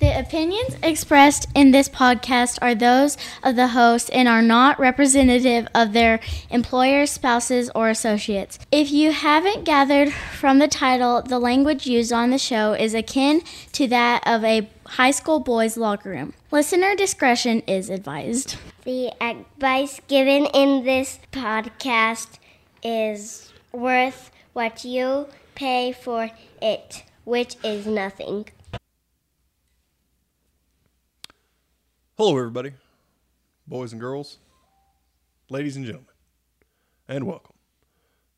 The opinions expressed in this podcast are those of the host and are not representative of their employers, spouses, or associates. If you haven't gathered from the title, the language used on the show is akin to that of a high school boys' locker room. Listener discretion is advised. The advice given in this podcast is worth what you pay for it, which is nothing. Hello, everybody, boys and girls, ladies and gentlemen, and welcome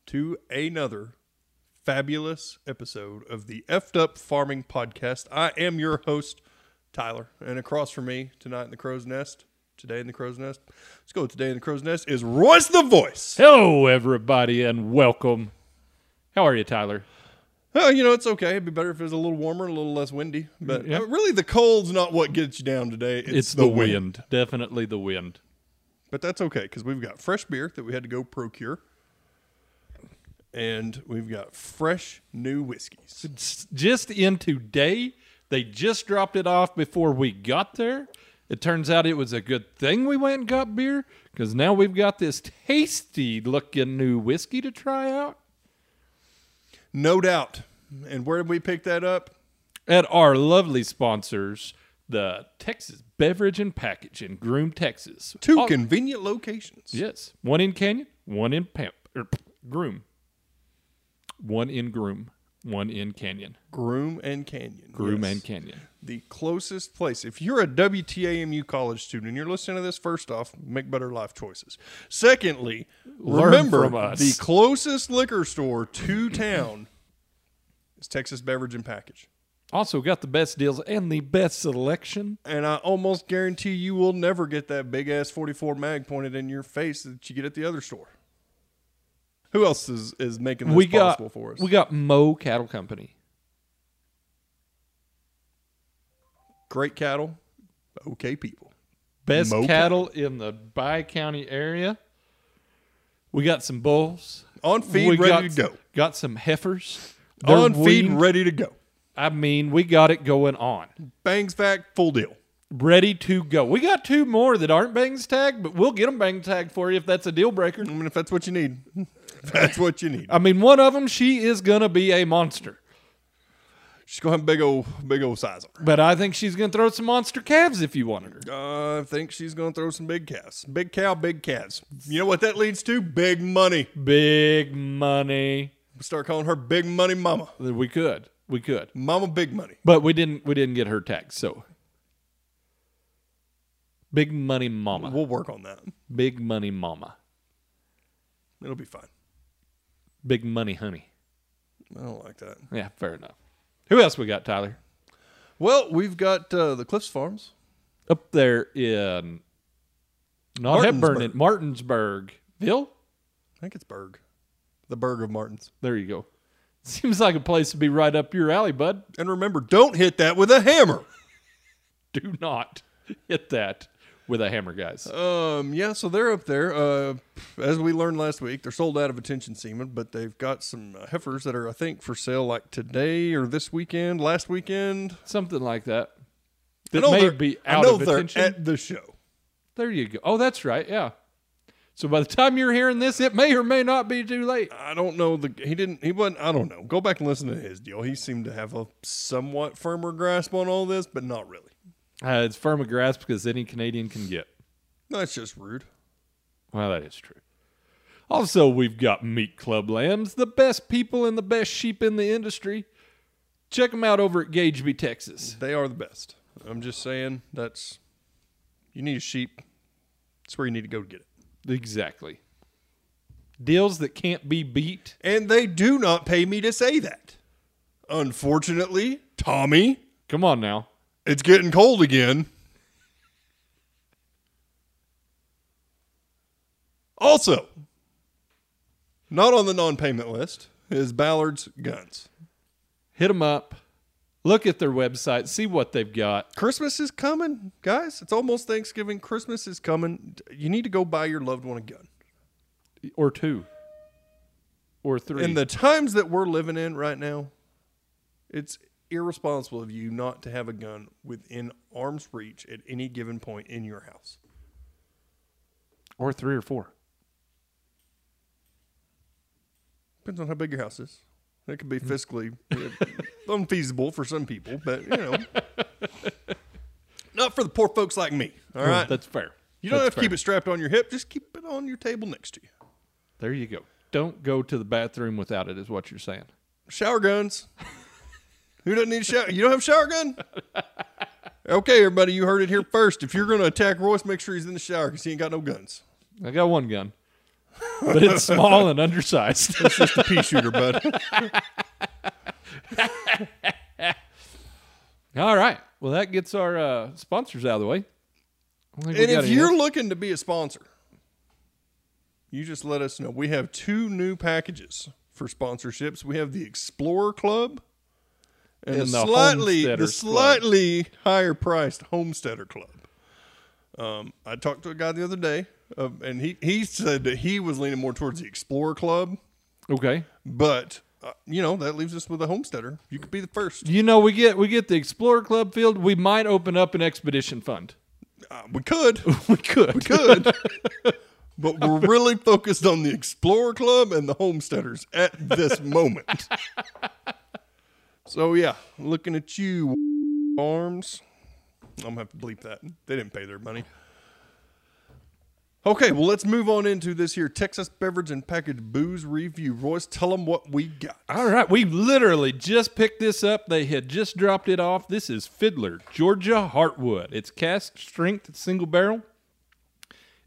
to another fabulous episode of the Effed Up Farming Podcast. I am your host, Tyler, and across from me tonight in the crow's nest, today in the crow's nest, let's go with today in the crow's nest, is Royce the Voice. Hello, everybody, and welcome. How are you, Tyler? Well, you know, it's okay. It'd be better if it was a little warmer, a little less windy, but Yeah. uh, really the cold's not what gets you down today. It's, Definitely the wind. But that's okay because we've got fresh beer that we had to go procure. And we've got fresh new whiskeys. It's just in today. They just dropped it off before we got there. It turns out it was a good thing we went and got beer because now we've got this tasty looking new whiskey to try out No doubt. And where did we pick that up? at our lovely sponsors, the Texas Beverage and Package in Groom, Texas. Two Oh, convenient locations. Yes. One in Canyon, one in Pamp, or p- Groom. One in Groom, one in Canyon. Groom and Canyon. Groom Yes. and Canyon. The closest place. If you're a WTAMU college student and you're listening to this, first off, make better life choices. Secondly, Learn remember from us. the closest liquor store to town is Texas Beverage and Package. Also got the best deals and the best selection. and I almost guarantee you will never get that big ass 44 mag pointed in your face that you get at the other store. Who else is, is making this we got possible for us? we got Moe Cattle Company. Great cattle, okay people. Best Moe cattle in the Bi County area. We got some bulls. On feed, We ready got, to go. Got some heifers. They're On feed, weaned. ready to go. I mean, we got it going on. Bangs back, full deal. Ready to go. We got two more that aren't bangs tagged, but we'll get them bang tagged for you if that's a deal breaker. I mean, if that's what you need, if that's what you need. I mean, one of them, she is going to be a monster. She's gonna have big old, big old size on her. But I think she's going to throw some monster calves if you wanted her. Uh, I think she's gonna throw some big calves. Big cow, big calves. You know what that leads to? Big money. Big money. Start calling her Big Money Mama. We could. We could. Mama Big Money. But we didn't we didn't get her tax, so Big Money Mama. We'll work on that. Big Money Mama. It'll be fine. Big Money Honey. I don't like that. Yeah, fair enough. Who else we got, Tyler? Well, we've got uh, the Cliffs Farms. Up there in not Hepburn in Martinsburgville. I think it's Berg, the Berg of Martins. There you go. Seems like a place to be right up your alley, bud. And remember, don't hit that with a hammer. Do not hit that with a hammer, guys. Um, yeah, so they're up there. Uh, as we learned last week, they're sold out of attention semen, but they've got some uh, heifers that are, I think, for sale like today or this weekend, last weekend. Something like that. I That know may they're- be I out know of they're attention. at the show. There you go. Oh, that's right. Yeah. So by the time you're hearing this, it may or may not be too late. I don't know the he didn't he wasn't I don't know. Go back and listen to his deal. He seemed to have a somewhat firmer grasp on all this, but not really. Uh, it's firm a grasp because any Canadian can get. That's just rude. Well, that is true. Also, we've got Meat Club Lambs, the best people and the best sheep in the industry. Check them out over at Gageby, Texas. They are the best. I'm just saying that's you need a sheep. That's where you need to go to get it. Exactly. Deals that can't be beat. And they do not pay me to say that. Unfortunately, Tommy, Come on now. it's getting cold again. Also, not on the non-payment list is Ballard's Guns. Hit them up. Look at their website. See what they've got. Christmas is coming, guys. It's almost Thanksgiving. Christmas is coming. You need to go buy your loved one a gun. Or two. Or three. in the times that we're living in right now, it's irresponsible of you not to have a gun within arm's reach at any given point in your house. Or three or four. Depends on how big your house is. That could be Mm-hmm. fiscally uh, unfeasible for some people, but you know, not for the poor folks like me. All right, That's fair. you don't have That's to keep it strapped on your hip; just keep it on your table next to you. fair. There you go. Don't go to the bathroom without it, is what you're saying. Shower guns. Who doesn't need a shower? You don't have a shower gun? Okay, everybody, you heard it here first. If you're going to attack Royce, make sure he's in the shower because he ain't got no guns. I got one gun, but it's small and undersized. Just a pea shooter, bud. All right. Well, that gets our uh, sponsors out of the way. I don't think we And got if any you're else. looking to be a sponsor, you just let us know. We have two new packages for sponsorships. We have the Explorer Club and, And the, the slightly the Homesteaders Club. slightly higher priced Homesteader Club. Um, I talked to a guy the other day, uh, and he he said that he was leaning more towards the Explorer Club, okay, but uh, you know that leaves us with a Homesteader. You could be the first. you know we get we get the Explorer Club field. We might open up an expedition fund. Uh, we could. We could. good. but we're really focused on the Explorer Club and the homesteaders at this moment. so yeah, looking at you, arms. I'm gonna have to bleep that. They didn't pay their money. Okay, well let's move on into this here Texas beverage and packaged booze review. Royce, tell them what we got. All right, we literally just picked this up. They had just dropped it off. This is Fiddler Georgia Heartwood. It's cast strength single barrel.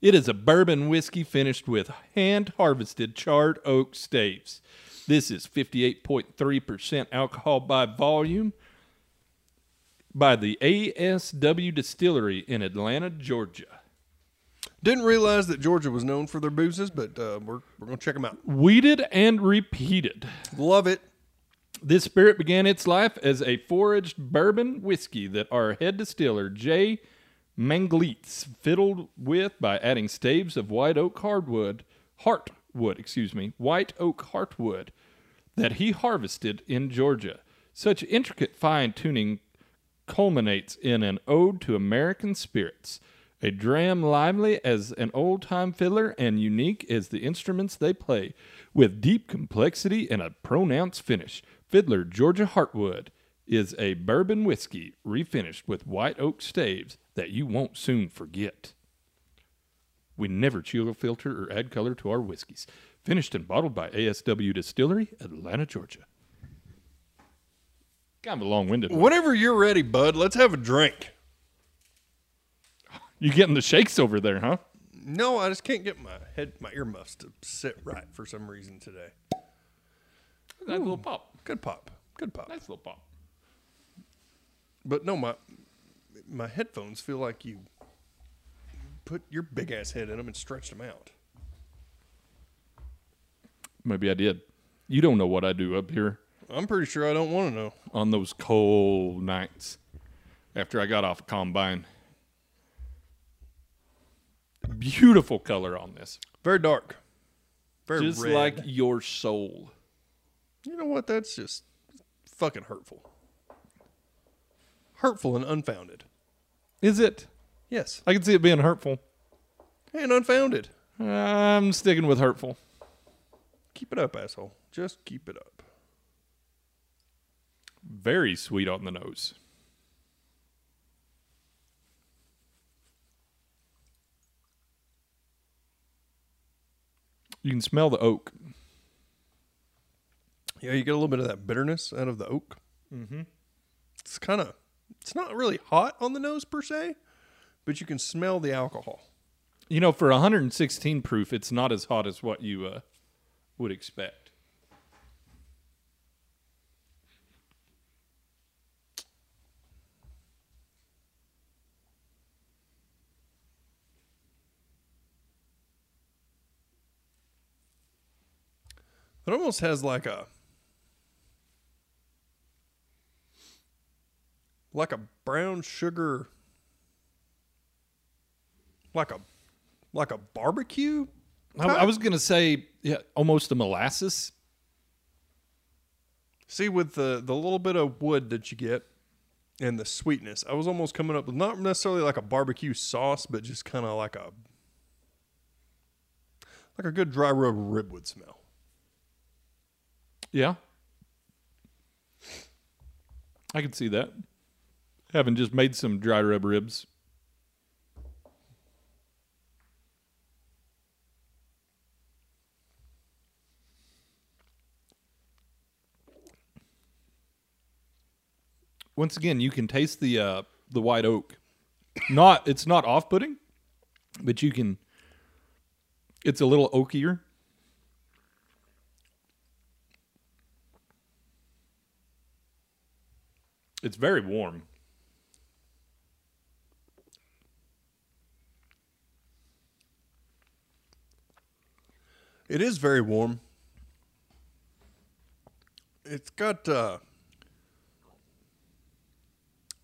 It is a bourbon whiskey finished with hand harvested charred oak staves. This is 58.3% alcohol by volume by the ASW Distillery in Atlanta, Georgia. Didn't realize that Georgia was known for their boozes, but uh, we're we're gonna check them out. Weeded and repeated. Love it. This spirit began its life as a foraged bourbon whiskey that our head distiller, Jay Manglitz, fiddled with by adding staves of white oak hardwood, heartwood, excuse me, white oak heartwood that he harvested in Georgia. Such intricate fine tuning culminates in an ode to American spirits. A dram lively as an old time fiddler and unique as the instruments they play, with deep complexity and a pronounced finish. Fiddler Georgia Heartwood is a bourbon whiskey refinished with white oak staves that you won't soon forget. We never chill filter or add color to our whiskeys. Finished and bottled by ASW Distillery, Atlanta, Georgia. Kind of a long winded. Whenever you're ready, bud, let's have a drink. You getting the shakes over there, huh? No, I just can't get my head, my earmuffs to sit right for some reason today. Nice little pop. Good pop, good pop. Nice little pop. But no, my my headphones feel like you put your big ass head in them and stretched them out. Maybe I did. You don't know what I do up here I'm pretty sure I don't want to know. on those cold nights after I got off combine. Beautiful color on this. Very dark, very Just red. like your soul. you know what? That's just fucking hurtful, hurtful and unfounded. Is it? Yes, I can see it being hurtful. and unfounded. I'm sticking with hurtful. Keep it up, asshole. Just keep it up. Very sweet on the nose. You can smell the oak. Yeah, you get a little bit of that bitterness out of the oak. Mm-hmm. It's kind of, it's not really hot on the nose per se, but you can smell the alcohol. You know, for 116 proof, it's not as hot as what you uh, would expect. It almost has like a, like a brown sugar, like a, like a barbecue. I, I was gonna say, yeah, almost a molasses. See, with the the little bit of wood that you get and the sweetness, I was almost coming up with not necessarily like a barbecue sauce, but just kind of like a like a good dry rub rib would smell. Yeah. I can see that. Having just made some dry rub ribs. Once again, you can taste the uh, the white oak. Not it's not off putting, but you can. It's a little oakier. It's very warm. It is very warm. It's got uh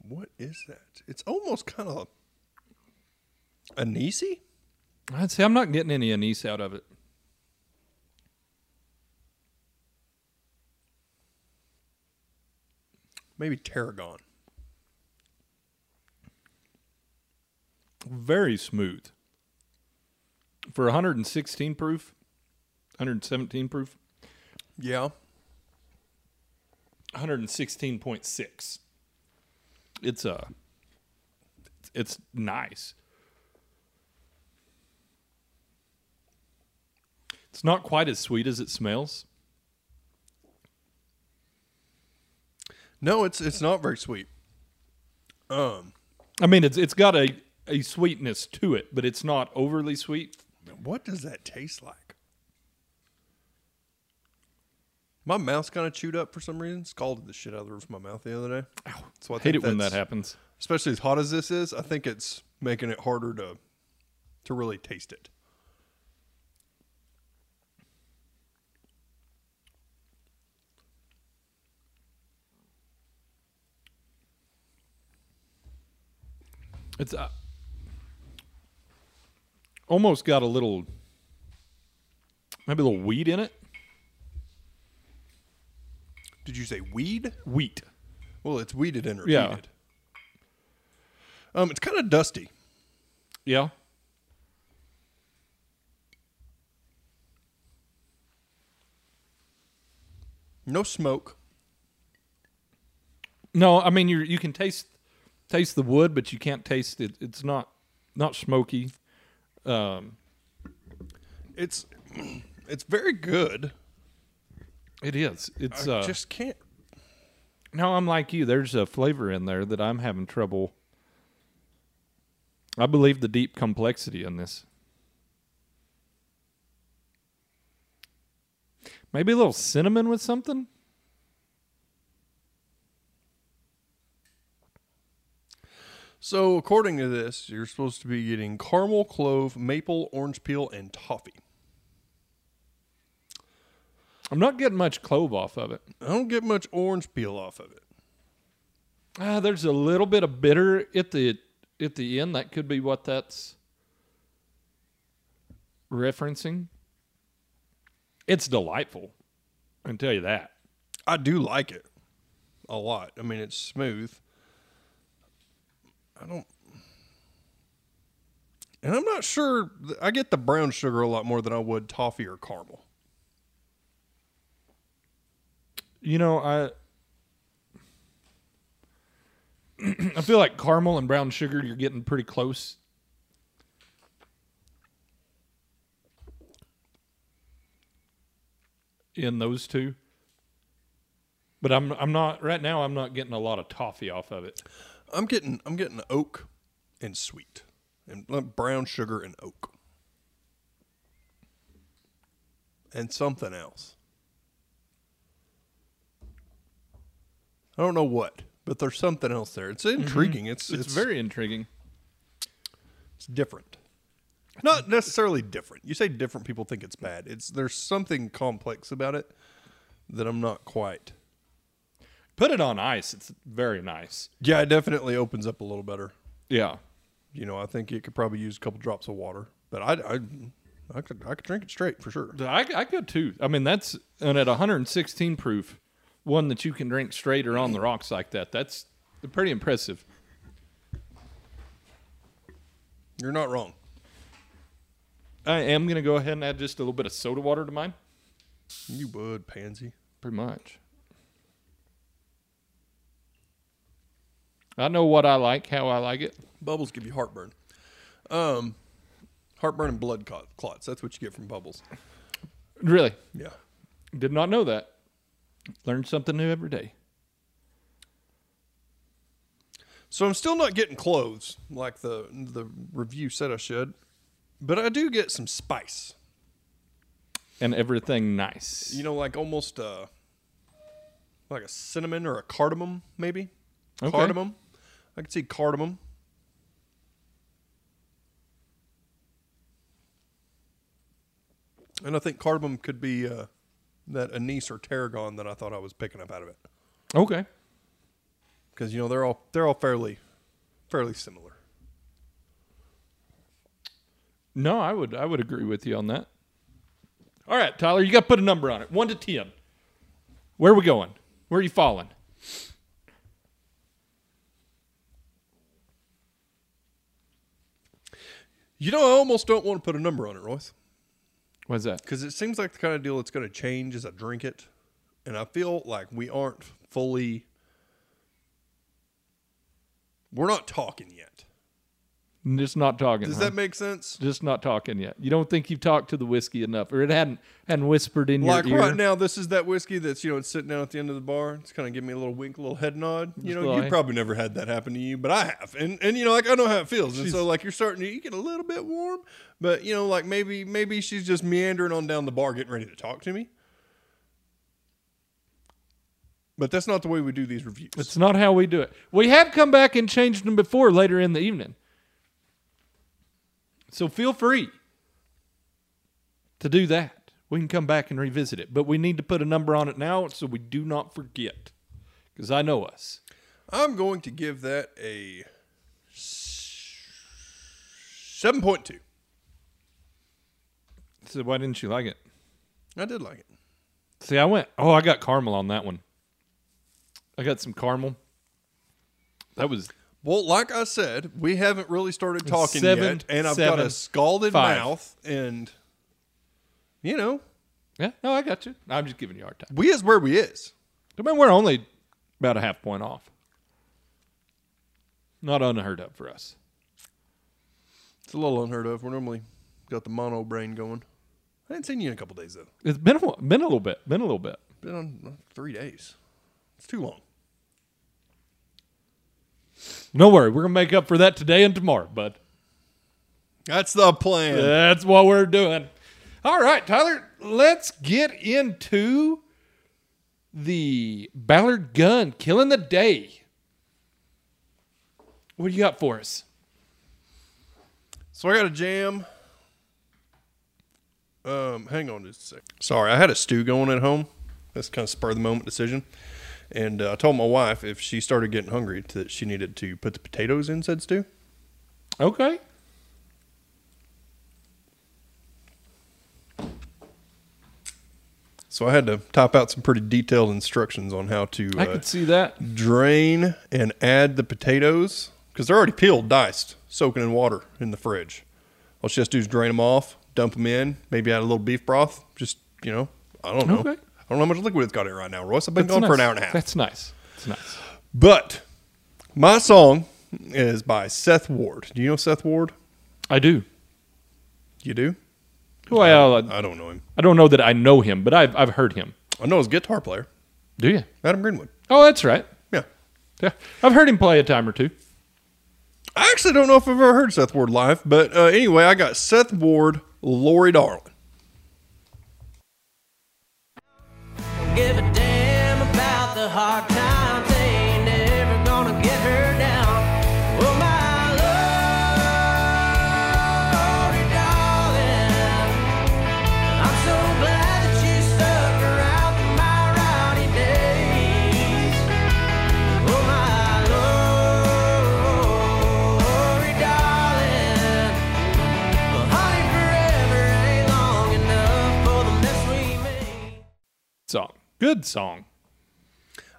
what is that? It's almost kind of anisey. I'd say I'm not getting any anise out of it. maybe tarragon. Very smooth. For 116 proof, 117 proof, Yeah, 116.6. It's uh it's nice. It's not quite as sweet as it smells. no, it's it's not very sweet. Um, I mean, it's it's got a a sweetness to it, but it's not overly sweet. what does that taste like? My mouth's kind of chewed up for some reason. Scalded the shit out of the roof of my mouth the other day. So I Hate it think when that that's- happens. Especially as hot as this is, I think it's making it harder to to really taste it. It's uh, almost got a little, maybe a little wheat in it. Did you say weed? Wheat. Well, it's weeded and repeated. Yeah. Um, it's kind of dusty. Yeah. No smoke. No, I mean you you can taste taste the wood, but you can't taste it. It's not not smoky. Um, It's it's very good. it is. It's I uh, just can't. no. I'm like you. There's a flavor in there that I'm having trouble. I believe the deep complexity in this. Maybe a little cinnamon with something. So, according to this, you're supposed to be getting caramel, clove, maple, orange peel, and toffee. I'm not getting much clove off of it. I don't get much orange peel off of it. Ah, there's a little bit of bitter at the at the end. That could be what that's referencing. It's delightful. I can tell you that. I do like it a lot. I mean, it's smooth. I don't. And I'm not sure. I get the brown sugar a lot more than I would toffee or caramel. You know, I I feel like caramel and brown sugar you're getting pretty close. In those two. But I'm I'm not right now I'm not getting a lot of toffee off of it. I'm getting I'm getting oak and sweet and uh, brown sugar and oak and something else. I don't know what, but there's something else there. It's intriguing. Mm-hmm. It's, It's, very intriguing. it's different. Not necessarily different. You say different, people think it's bad. It's there's something complex about it that I'm not quite. Put it on ice. It's very nice. Yeah, it definitely opens up a little better. Yeah. You know, I think it could probably use a couple drops of water, but I, I, I could, I could drink it straight for sure. I, I could too. I mean, that's and at 116 proof, one that you can drink straight or on the rocks like that. That's pretty impressive. You're not wrong. I am going to go ahead and add just a little bit of soda water to mine. You would, Pansy. Pretty much. I know what I like, how I like it. Bubbles give you heartburn. Um, heartburn and blood clot- clots. That's what you get from bubbles. Really. Yeah. Did not know that. Learn something new every day. So I'm still not getting cloves like the the review said I should, but I do get some spice. And everything nice. You know, like almost uh, like a cinnamon or a cardamom, maybe. Okay. Cardamom. I can see cardamom. And I think cardamom could be uh, that anise or tarragon that I thought I was picking up out of it, Okay. because you know they're all they're all fairly fairly similar. No, I would I would agree with you on that. All right, Tyler, you got to put a number on it. 1 to 10. Where are we going? Where are you falling? You know, I almost don't want to put a number on it, Royce. What's that? because it seems like the kind of deal that's going to change as I drink it, and I feel like we aren't fully. We're not talking yet. I'm just not talking. Does huh? that make sense? just not talking yet. You don't think you've talked to the whiskey enough, or it hadn't hadn't whispered in Like your ear. right now, this is that whiskey that's you know it's sitting down at the end of the bar. It's kind of giving me a little wink, a little head nod. You Just know, like- you probably never had that happen to you, but I have, and and you know, like I know how it feels. And so, like you're starting to you get a little bit warm, but you know, like maybe maybe she's just meandering on down the bar, getting ready to talk to me. But that's not the way we do these reviews. It's not how we do it. We have come back and changed them before later in the evening. So feel free to do that. We can come back and revisit it, but we need to put a number on it now so we do not forget. Because I know us. I'm going to give that a s- 7.2. So why didn't you like it? I did like it. See, I went. Oh, I got caramel on that one. I got some caramel. That was Well, like I said, we haven't really started talking Seven, yet, and I've got seven, a scalded five. mouth, and you know, yeah. No, I got you. I'm just giving you a hard time. we is where we is. I mean, we're only about a half point off. Not unheard of for us. It's a little unheard of. We're normally got the mono brain going. I haven't seen you in a couple days though. It's been a wh- been a little bit, been a little bit. Been on uh, three days. It's too long. No worry, we're gonna make up for that today and tomorrow, bud. That's the plan. That's what we're doing. All right, Tyler, let's get into the Ballard gun killing the day. What do you got for us? So I got a jam. Um, hang on just a sec. Sorry, I had a stew going at home. That's kind of spur of the moment decision. And uh, I told my wife if she started getting hungry that she needed to put the potatoes in said stew. Okay. So I had to type out some pretty detailed instructions on how to I uh, could see that. drain and add the potatoes because they're already peeled, diced, soaking in water in the fridge. All she has to do is drain them off, dump them in, maybe add a little beef broth. Just you know, I don't know. Okay. I don't know how much liquid it's got in right now, Royce. I've been That's gone for an nice. hour and a half. That's nice. It's nice. But my song is by Seth Ward. Do you know Seth Ward? I do. You do? Well, I, uh, I don't know him. I don't know that I know him, but I've I've heard him. I know his guitar player, Do you? Adam Greenwood. Oh, that's right. Yeah. Yeah, I've heard him play a time or two. I actually don't know if I've ever heard Seth Ward live, but uh, anyway, I got Seth Ward, Lori Darling. give a damn about the hard times. They ain't never gonna get her down. Oh, my lordy, darling. I'm so glad that you stuck around for my rowdy days. Oh, my lordy, darling. Well, honey, forever ain't long enough for the mess we made. Song, good song.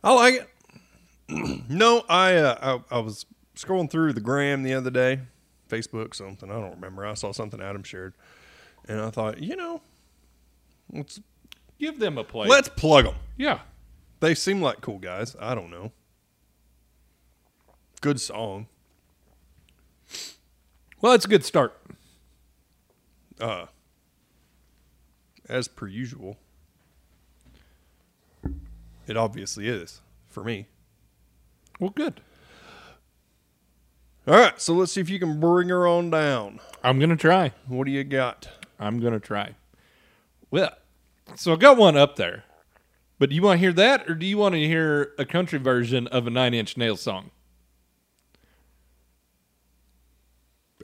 I like it. no, I, uh, I I was scrolling through the gram the other day, Facebook something I don't remember. I saw something Adam shared, and I thought, you know, let's Give them a play. let's plug them. yeah. They seem like cool guys. I don't know. Good song. Well, it's a good start. Uh, as per usual, it obviously is for me. Well, good. All right, so let's see if you can bring her on down. I'm gonna try. What do you got? I'm gonna try. Well, so I got one up there, but do you want to hear that, or do you want to hear a country version of a Nine Inch Nail song?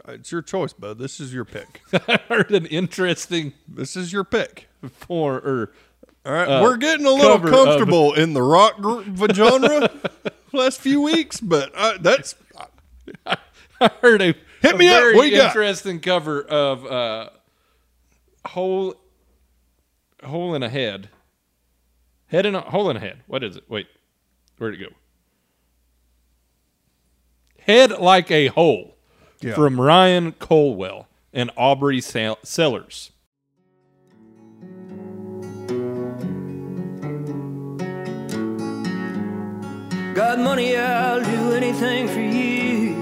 It's your choice, bud. This is your pick. I heard an interesting this is your pick. for or All right, Uh, we're getting a little cover of- comfortable in the rock gr- genre last few weeks, but uh, that's I heard a Hit a me up. Very What you got? interesting cover of uh, hole hole in a head, head in a hole in a head. What is it? Wait, where'd it go? Head like a hole Yeah. from Ryan Colwell and Aubrey Sell- Sellers. Got money, I'll do anything for you.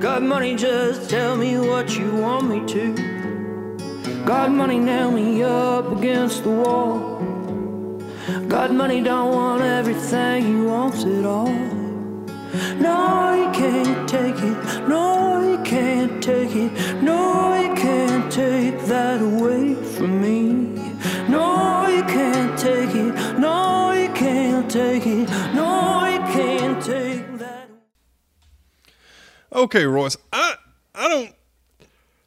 Got money, just tell me what you want me to. Got money, nail me up against the wall. Got money, don't want everything, he wants it all. No, he can't take it. No, he can't take it. No, he can't take that away from me. No, he can't take it. No, he can't take it. No, he can't take that. okay, Royce. I I don't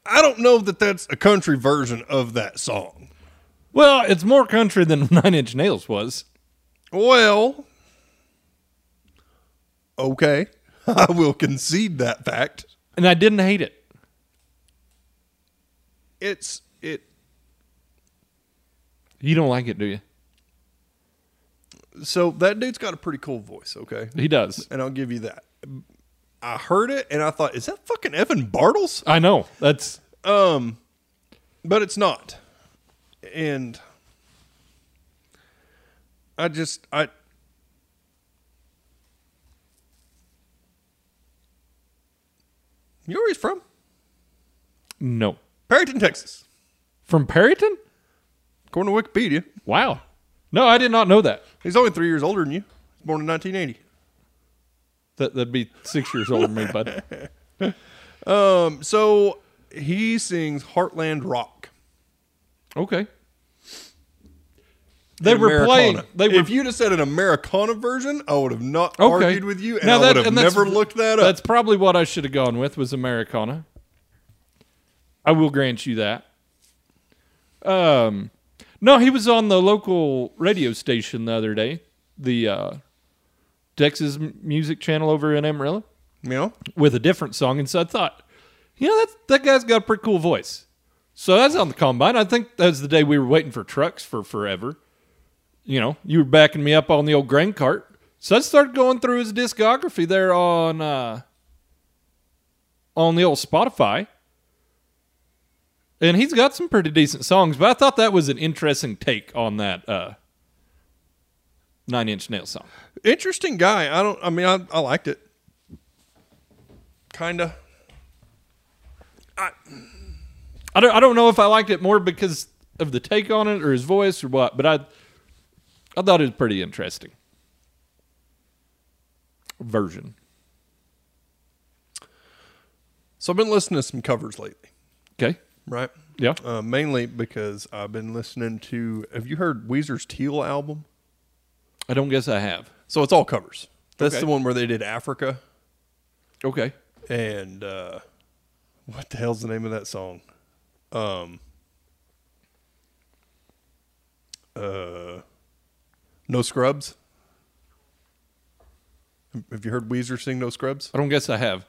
I don't know that that's a country version of that song. Well, it's more country than Nine Inch Nails was. Well, okay, I will concede that fact. and I didn't hate it. It's it You don't like it, do you? so that dude's got a pretty cool voice, okay? He does. And I'll give you that. I heard it and I thought, is that fucking Evan Bartles? I know. That's Um, but it's not. And I just I You know where he's from? no. Perryton, Texas. From Perryton? According to Wikipedia. Wow. No, I did not know that. He's only three years older than you. Born in nineteen eighty. that that'd be six years older than me, bud. Um so he sings Heartland Rock. Okay. They an were playing. Americana. They were. if you'd have said an Americana version, I would have not okay. argued with you, and Now I that- would have and that's- never looked that That's up. probably what I should have gone with was Americana. I will grant you that. Um, no, he was on the local radio station the other day, the uh, Texas M- Music Channel over in Amarillo. You know, with a different song, and so I thought, you know, that that guy's got a pretty cool voice. So that's on the combine. I think that was the day we were waiting for trucks for forever. You know, you were backing me up on the old grain cart. So I started going through his discography there on uh, on the old Spotify. And he's got some pretty decent songs, but I thought that was an interesting take on that uh, Nine Inch Nail song. interesting guy. I don't. I mean, I, I liked it. Kinda. I don't, I don't know if I liked it more because of the take on it or his voice or what, but I I thought it was pretty interesting. Version. So I've been listening to some covers lately, Okay. right? Yeah. Uh, mainly because I've been listening to. Have you heard Weezer's Teal album? I don't guess I have. So it's all covers. That's Okay. the one where they did Africa Okay. and uh, what the hell's the name of that song? Um. Uh, no scrubs. Have you heard Weezer sing "No Scrubs"? I don't guess I have.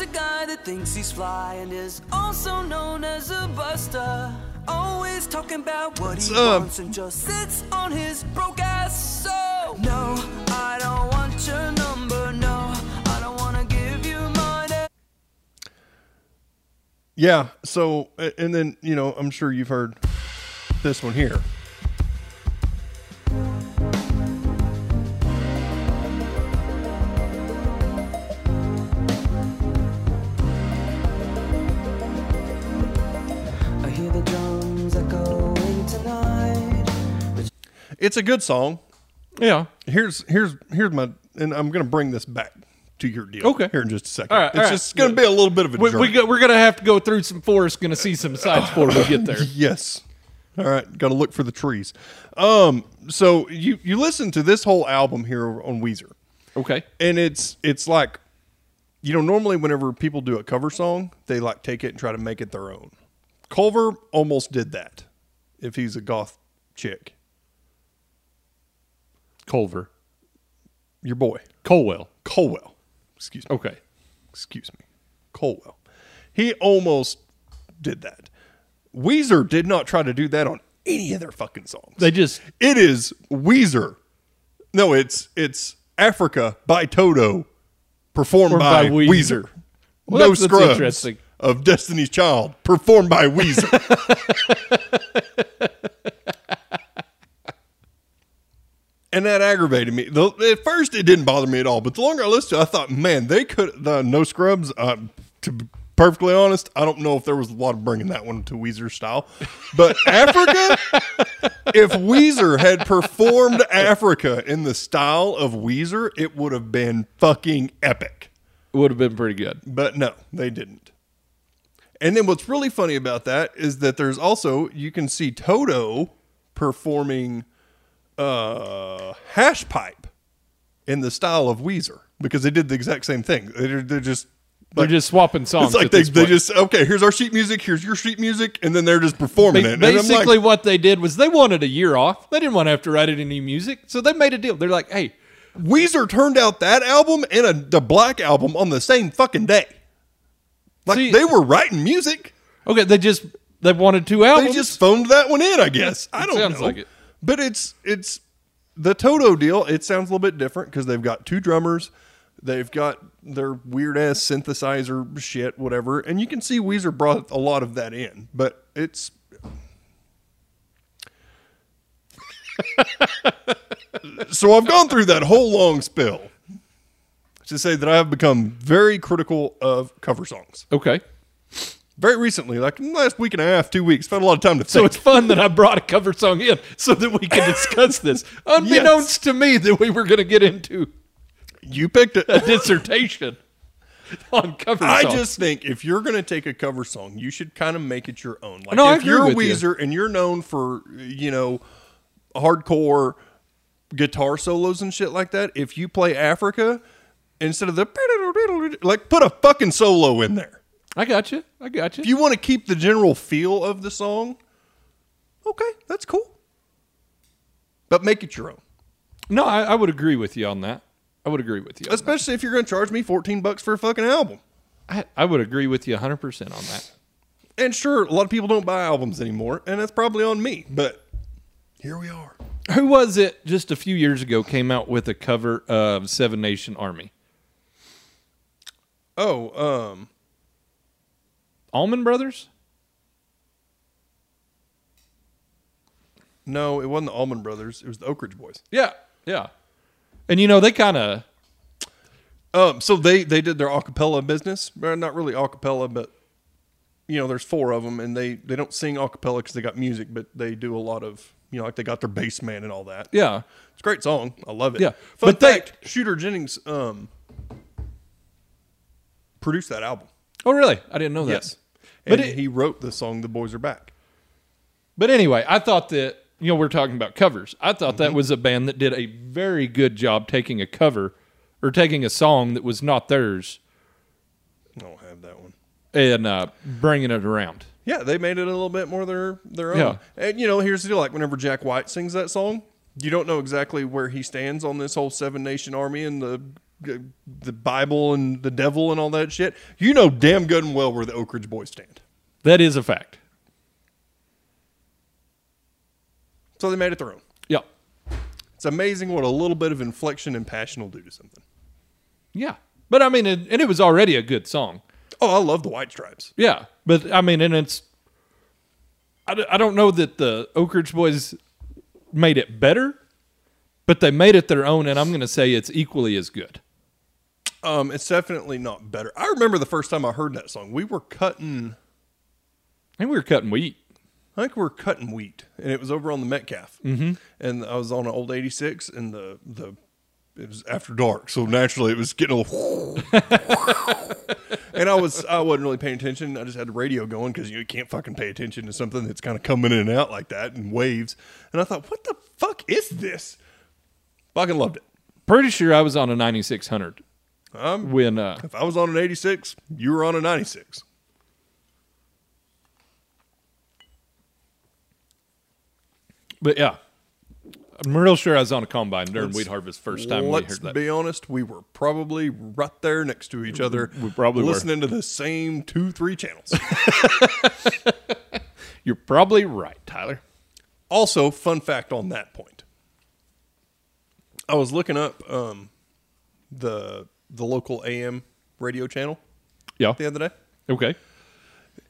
a guy that thinks he's fly and is also known as a buster. Always talking about what What's he up? wants and just sits on his broke ass. So, no, I don't want your number. No, I don't want to give you mine. Yeah. So, a- and then, you know, I'm sure you've heard this one here. I hear the drums echoing tonight. It's a good song. Yeah. Here's here's here's my and I'm gonna bring this back to your deal. Okay. Here in just a second. All right, it's all right. just gonna be a little bit of a We, jerk. we go, we're going to have to go through some forests, going to see some sights before we get there. Yes. All right, got to look for the trees. Um, so you you listen to this whole album here on Weezer, Okay. and it's it's like, you know, normally whenever people do a cover song, they like take it and try to make it their own. Culver almost did that, if he's a goth chick, Culver. your boy Colwell. Colwell. Excuse me. Okay. Excuse me, Colwell. He almost did that. Weezer did not try to do that on any of their fucking songs. They just It is Weezer. No, it's it's Africa by Toto, performed Or by, by Weezer. Weezer. no Well, that's- that's scrubs interesting. of Destiny's Child, performed by Weezer. and that aggravated me. The, at first, it didn't bother me at all, but the longer I listened to, it, I thought, man, they could the No Scrubs. Uh, to be perfectly honest, I don't know if there was a lot of bringing that one to Weezer style, but Africa if Weezer had performed Africa in the style of Weezer, it would have been fucking epic. would have been pretty good. But no, they didn't. And then what's really funny about that is that there's also you can see Toto performing uh hash pipe in the style of Weezer because they did the exact same thing. They're, they're just They're like- just swapping songs. it's like at they, this they point. just okay. Here's our sheet music. Here's your sheet music, and then they're just performing Ba- it. And I'm like- basically what they did was they wanted a year off. They didn't want to have to write any new music, so they made a deal. They're like, "Hey, Weezer turned out that album and a, the Black album on the same fucking day. Like See- they were writing music. okay, they just they wanted two They albums. just phoned that one in, I guess. I don't sounds know. like it. But it's it's the Toto deal. It sounds a little bit different because they've got two drummers, they've got their weird ass synthesizer shit, whatever, and you can see Weezer brought a lot of that in. But it's so I've gone through that whole long spill to say that I have become very critical of cover songs. okay. Very recently, like in the last week and a half, two weeks, spent a lot of time to think. So it's fun that I brought a cover song in so that we can discuss this, unbeknownst to me that we were going to get into you picked it. a dissertation on cover I songs. just think if you're going to take a cover song, you should kind of make it your own. Like No, I if agree you're with you. Weezer and you're known for, you know, hardcore guitar solos and shit like that, if you play Africa instead of the like put a fucking solo in there. I got you. I got If you. you want to keep the general feel of the song, okay, that's cool. But make it your own. No, I, I would agree with you on that. I would agree with you. on Especially if you're going to charge me 14 bucks for a fucking album. that. I, I would agree with you 100% on that. And sure, a lot of people don't buy albums anymore, and that's probably on me. But here we are. Who was it just a few years ago came out with a cover of Seven Nation Army? Oh, um, Allman Brothers? no, it wasn't the Allman Brothers. It was the Oak Ridge Boys. Yeah. Yeah. And you know, they kind of Um, so they they did their acapella business. Uh, Not really acapella, but you know, there's four of them, and they they don't sing acapella because they got music, but they do a lot of you know, like they got their bass man and all that. yeah. It's a great song. I love it. Yeah. Fun But they- fact: Shooter Jennings um produced that album. Oh really? I didn't know that. Yes, But and it- he wrote the song "The Boys Are Back." But anyway, I thought that you know we're talking about covers. I thought that was a band that did a very good job taking a cover or taking a song that was not theirs I don't have that one. and uh, bringing it around. Yeah, they made it a little bit more their their own. Yeah. And you know, here's the deal: like whenever Jack White sings that song, you don't know exactly where he stands on this whole Seven Nation Army and the g- the Bible and the devil and all that shit, you know damn good and well where the Oak Ridge Boys stand. That is a fact. So they made it their own. Yep. It's amazing what a little bit of inflection and passion will do to something. Yeah. But I mean, it, and it was already a good song. Oh, I love the White Stripes. Yeah, but I mean, and it's I, d- I don't know that the Oak Ridge Boys made it better, but they made it their own, and I'm going to say it's equally as good. Um, it's definitely not better. I remember the first time I heard that song. We were cutting, And we were cutting wheat. I think we were cutting wheat, and it was over on the Metcalf. Mm-hmm. And I was on an old '86, and the the it was after dark, so naturally it was getting a little. and I was I wasn't really paying attention. I just had the radio going because you can't fucking pay attention to something that's kind of coming in and out like that in waves. And I thought, what the fuck is this? Fucking loved it. Pretty sure I was on a 9600 Um, when uh, If I was on an 86, you were on a 96. But yeah, I'm real sure I was on a combine during Let's- wheat harvest first time we Let's heard that. be honest, we were probably right there next to each other. We probably were. listening to the same two, three channels. You're probably right, Tyler. also, fun fact on that point, I was looking up um, the the local AM radio channel Yeah. the other day. Okay.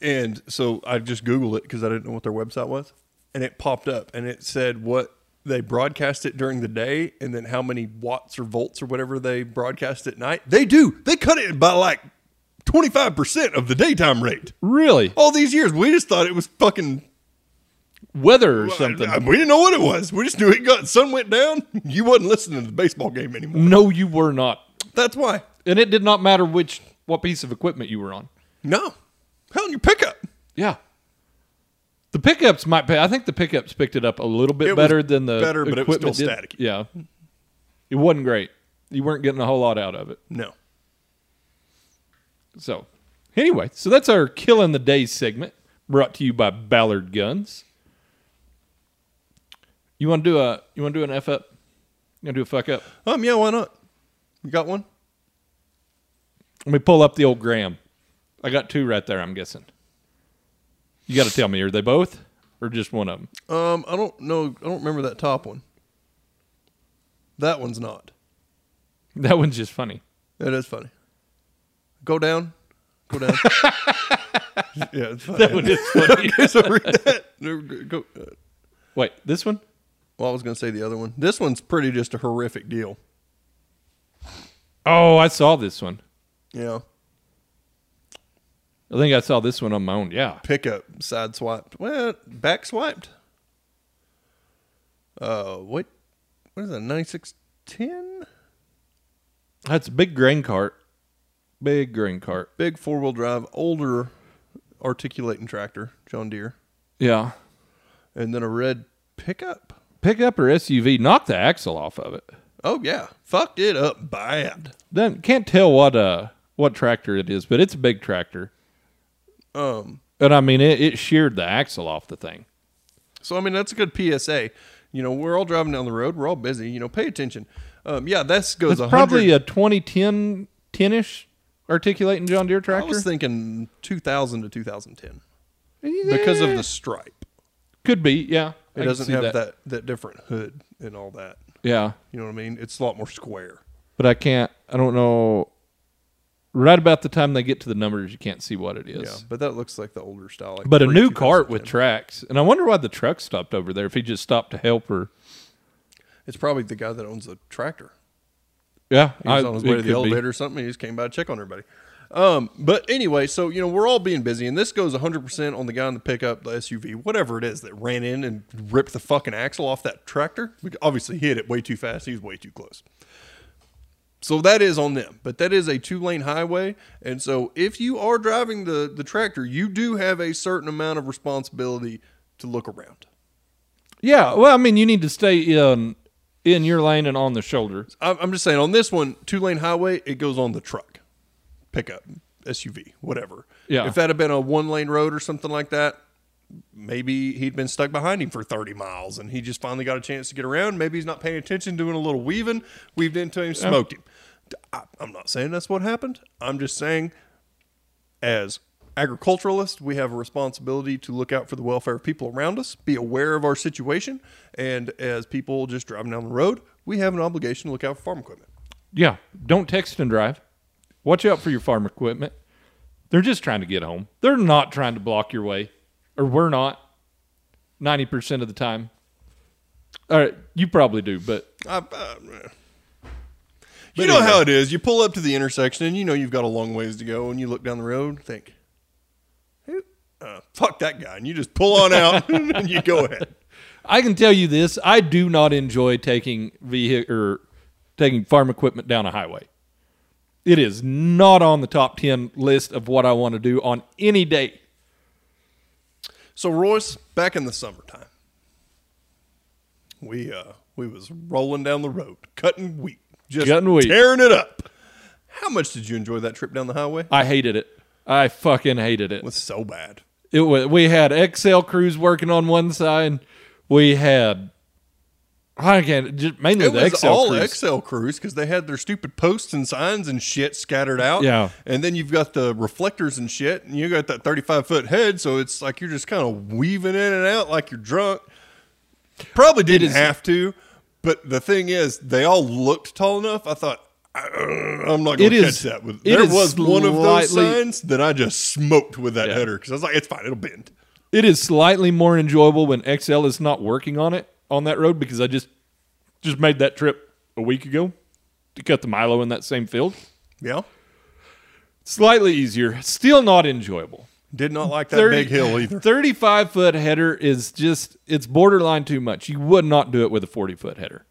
And so I just Googled it because I didn't know what their website was. And it popped up and it said what they broadcast it during the day and then how many watts or volts or whatever they broadcast at night. They do. They cut it by like 25% of the daytime rate. Really? All these years, we just thought it was fucking Weather or something? We didn't know what it was. We just knew it got sun went down. You wasn't listening to the baseball game anymore. no, you were not. That's why. And it did not matter which what piece of equipment you were on. No. Hell, your pickup. Yeah. The pickups might pay. I think the pickups picked it up a little bit It was better than the better, but it was equipment still did. staticky. Yeah, it wasn't great. You weren't getting a whole lot out of it. No. So, anyway, so that's our killing the day segment brought to you by Ballard Guns. You want to do a you want to do an f up? You want to do a fuck up? Um, yeah, why not? You got one? Let me pull up the old Graham. I got two right there. I'm guessing. You got to tell me, are they both or just one of them? Um, I don't know. I don't remember that top one. That one's not. That one's just funny. That is funny. Go down. Go down. yeah, it's funny. That one is funny. so read that. No, go- go- uh, Wait, this one? Well, I was going to say the other one. This one's pretty just a horrific deal. Oh, I saw this one. Yeah. I think I saw this one on my own. Yeah. Pickup side swiped. Well, back swiped. Uh, what? What is that? Ninety six ten. That's a big grain cart. Big grain cart. Big four wheel drive, older articulating tractor, John Deere, Yeah. and then a red pickup. Pickup or SUV knocked the axle off of it. Oh yeah, fucked it up bad. Then can't tell what uh what tractor it is, but it's a big tractor. Um, And I mean it, it sheared the axle off the thing. so I mean that's a good PSA. You know, we're all driving down the road, we're all busy. You know, pay attention. Um, yeah, this goes It's a probably hundred. a 2010 10ish articulating John Deere I tractor. was thinking 2000 to 2010 Yeah, because of the stripe. could be, yeah. I It can doesn't see have that. that different hood and all that. Yeah. You know what I mean? It's a lot more square. but I can't. I don't know. Right about the time they get to the numbers, you can't see what it is. Yeah, but that looks like the older style. like But a new pre- cart with 2010. tracks, and I wonder why the truck stopped over there. If he just stopped to help her, It's probably the guy that owns the tractor. yeah, He was I- on his it way to could the be. elevator or something. He just came by to check on everybody. Um, but anyway, so you know we're all being busy, and this goes 100% on the guy in the pickup, the SUV, whatever it is that ran in and ripped the fucking axle off that tractor. We obviously hit it way too fast. He was way too close. So that is on them, but that is a two lane highway, and so if you are driving the the tractor, you do have a certain amount of responsibility to look around. Yeah, well, I mean, you need to stay in in your lane and on the shoulder. I'm I'm just saying on this one, two lane highway, it goes on the truck, pickup, SUV, whatever. Yeah. If that had been a one lane road or something like that, maybe he'd been stuck behind him for 30 miles and he just finally got a chance to get around. Maybe he's not paying attention, doing a little weaving, weaved into him, smoked him. I, I'm not saying that's what happened. I'm just saying, as agriculturalists, we have a responsibility to look out for the welfare of people around us, be aware of our situation, and as people just driving down the road, we have an obligation to look out for farm equipment. Yeah, don't text and drive. Watch out for your farm equipment. They're just trying to get home. They're not trying to block your way, or we're not. Ninety percent of the time. All right, you probably do, but I, I- you know how it is. You pull up to the intersection and you know you've got a long ways to go, and you look down the road, and think, "Who- uh, fuck that guy. And you just pull on out and you go ahead. I can tell you this: I do not enjoy taking vehi- or taking farm equipment down a highway. It is not on the top ten list of what I want to do on any day. So Royce, back in the summertime, we uh we was rolling down the road, cutting wheat, just Cutting wheat. tearing it up. How much did you enjoy that trip down the highway? I hated it. I fucking hated it. It was so bad. It was, we had XL crews working on one side. We had I can't just mainly It the was XL all crews. XL crews because they had their stupid posts and signs and shit scattered out. Yeah. and then you've got the reflectors and shit, and you got that thirty-five foot head, so it's like you're just kind of weaving in and out like you're drunk. Probably didn't is- have to, but the thing is, they all looked tall enough. I thought. "I- uh, I'm not going It to is- catch that. With it there is was one of those slightly- signs that I just smoked with that Yeah. header because I was like, "It's fine, it'll bend." It is slightly more enjoyable when XL is not working on it on that road because I just just made that trip a week ago to cut the Milo in that same field. Yeah, Slightly easier, still not enjoyable. did not like that 30 big hill either. 35 foot header is just it's borderline too much. You would not do it with a 40 foot header.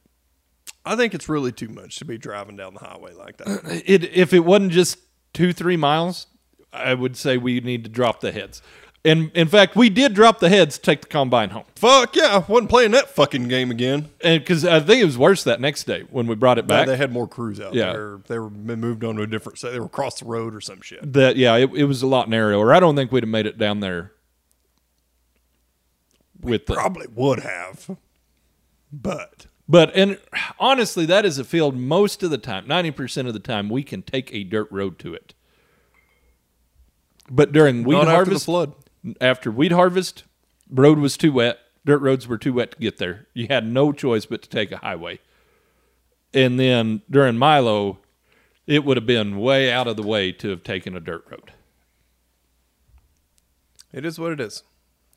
I think it's really too much to be driving down the highway like that. it if it wasn't just two three miles, I would say we need to drop the heads. And in fact, we did drop the heads, to take the combine home, Fuck yeah, I wasn't playing that fucking game again. and because I think it was worse that next day when we brought it No, back. they had more crews out Yeah. there. They were been moved on to a different side. They were across the road or some shit. that yeah, it, it was a lot narrower. I don't think we'd have made it down there with the Probably would have. But But and honestly, that is a field most of the time, ninety percent of the time, we can take a dirt road to it. But during weed Not after the harvest, flood. after weed harvest, road was too wet. Dirt roads were too wet to get there. You had no choice but to take a highway. And then during Milo, it would have been way out of the way to have taken a dirt road. it is what it is.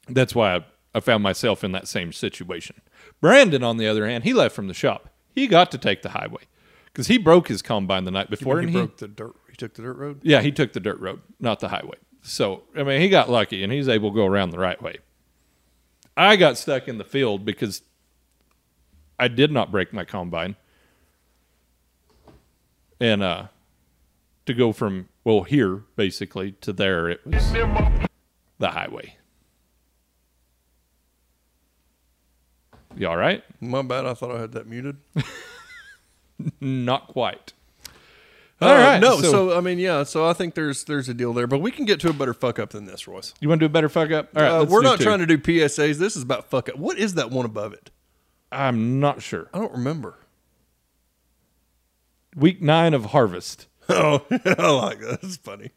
That's why I, I found myself in that same situation. Brandon, on the other hand, he left from the shop. He got to take the highway because he broke his combine the night before. he and broke the dirt. He took the dirt road. Yeah, he took the dirt road, not the highway. So, I mean, he got lucky and he's able to go around the right way. I got stuck in the field because I did not break my combine. And uh, to go from, well, here basically to there, it was the highway. You all right? My bad. I thought I had that muted. Not quite. All All right. right, Uh, No. So, so- I mean, yeah. So I think there's there's a deal there, but we can get to a better fuck up than this, Royce. You want to do a better fuck up? All right, Uh, let's we're do not two. trying to do PSAs. This is about fuck up. What is that one above it? I'm not sure. I don't remember. Week nine of harvest. Oh, I like that. That's funny.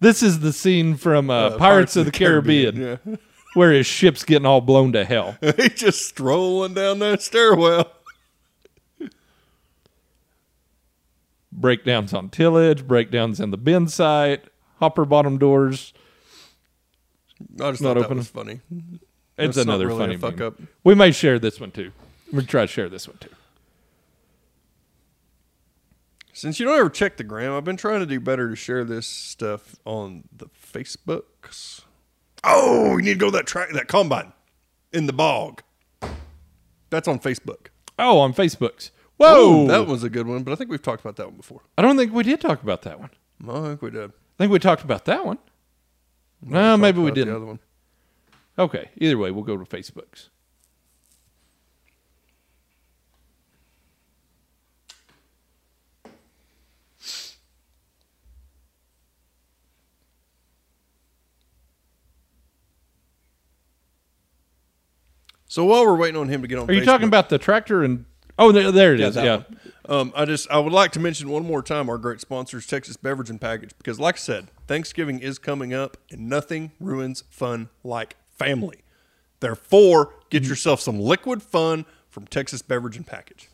This is the scene from uh, Pirates, of the, Caribbean, Yeah. where his ship's getting all blown to hell. He's just strolling down that stairwell. breakdowns on tillage, breakdowns in the bin site, hopper bottom doors. I just Not thought open. that was funny. It's That's not another really funny a fuck meme. up. We may share this one too. We're gonna try to share this one too. Since you don't ever check the gram, I've been trying to do better to share this stuff on the Facebooks. Oh, you need to go to that track, that combine in the bog. That's on Facebook. Oh, on Facebooks. Whoa, Ooh, that was a good one, but I think we've talked about that one before. I don't think we did talk about that one. No, I think we did. I think we talked about that one. No, Talked Uh, maybe we about the didn't. other one. Okay. Either way, we'll go to Facebooks. So while we're waiting on him to get on, Are you talking Facebook- about the tractor and? Oh, there, there it Yeah, is. that oh, yeah, one. Um, I just I would like to mention one more time our great sponsors, Texas Beverage and Package, because like I said, Thanksgiving is coming up, and nothing ruins fun like family. Therefore, get yourself some liquid fun from Texas Beverage and Package.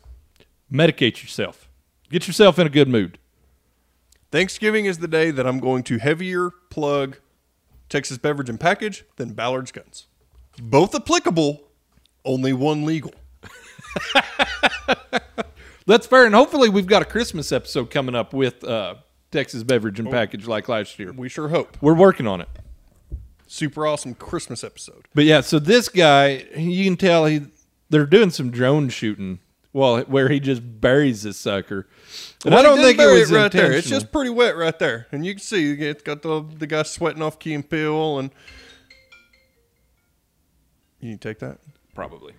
Medicate yourself. Get yourself in a good mood. Thanksgiving is the day that I'm going to heavier plug Texas Beverage and Package than Ballard's Guns. Both applicable, only one legal. That's fair. And hopefully, we've got a Christmas episode coming up with uh, Texas Beverage Oh. and Package like last year. We sure hope. We're working on it. Super awesome Christmas episode. But yeah, so this guy, you can tell he they're doing some drone shooting. Well, where he just buries this sucker. And I Well, don't he did think it bury was right there. It's intentional. just pretty wet right there, and you can see it's got the the guy sweating off Key and Peele, and you can take that. probably.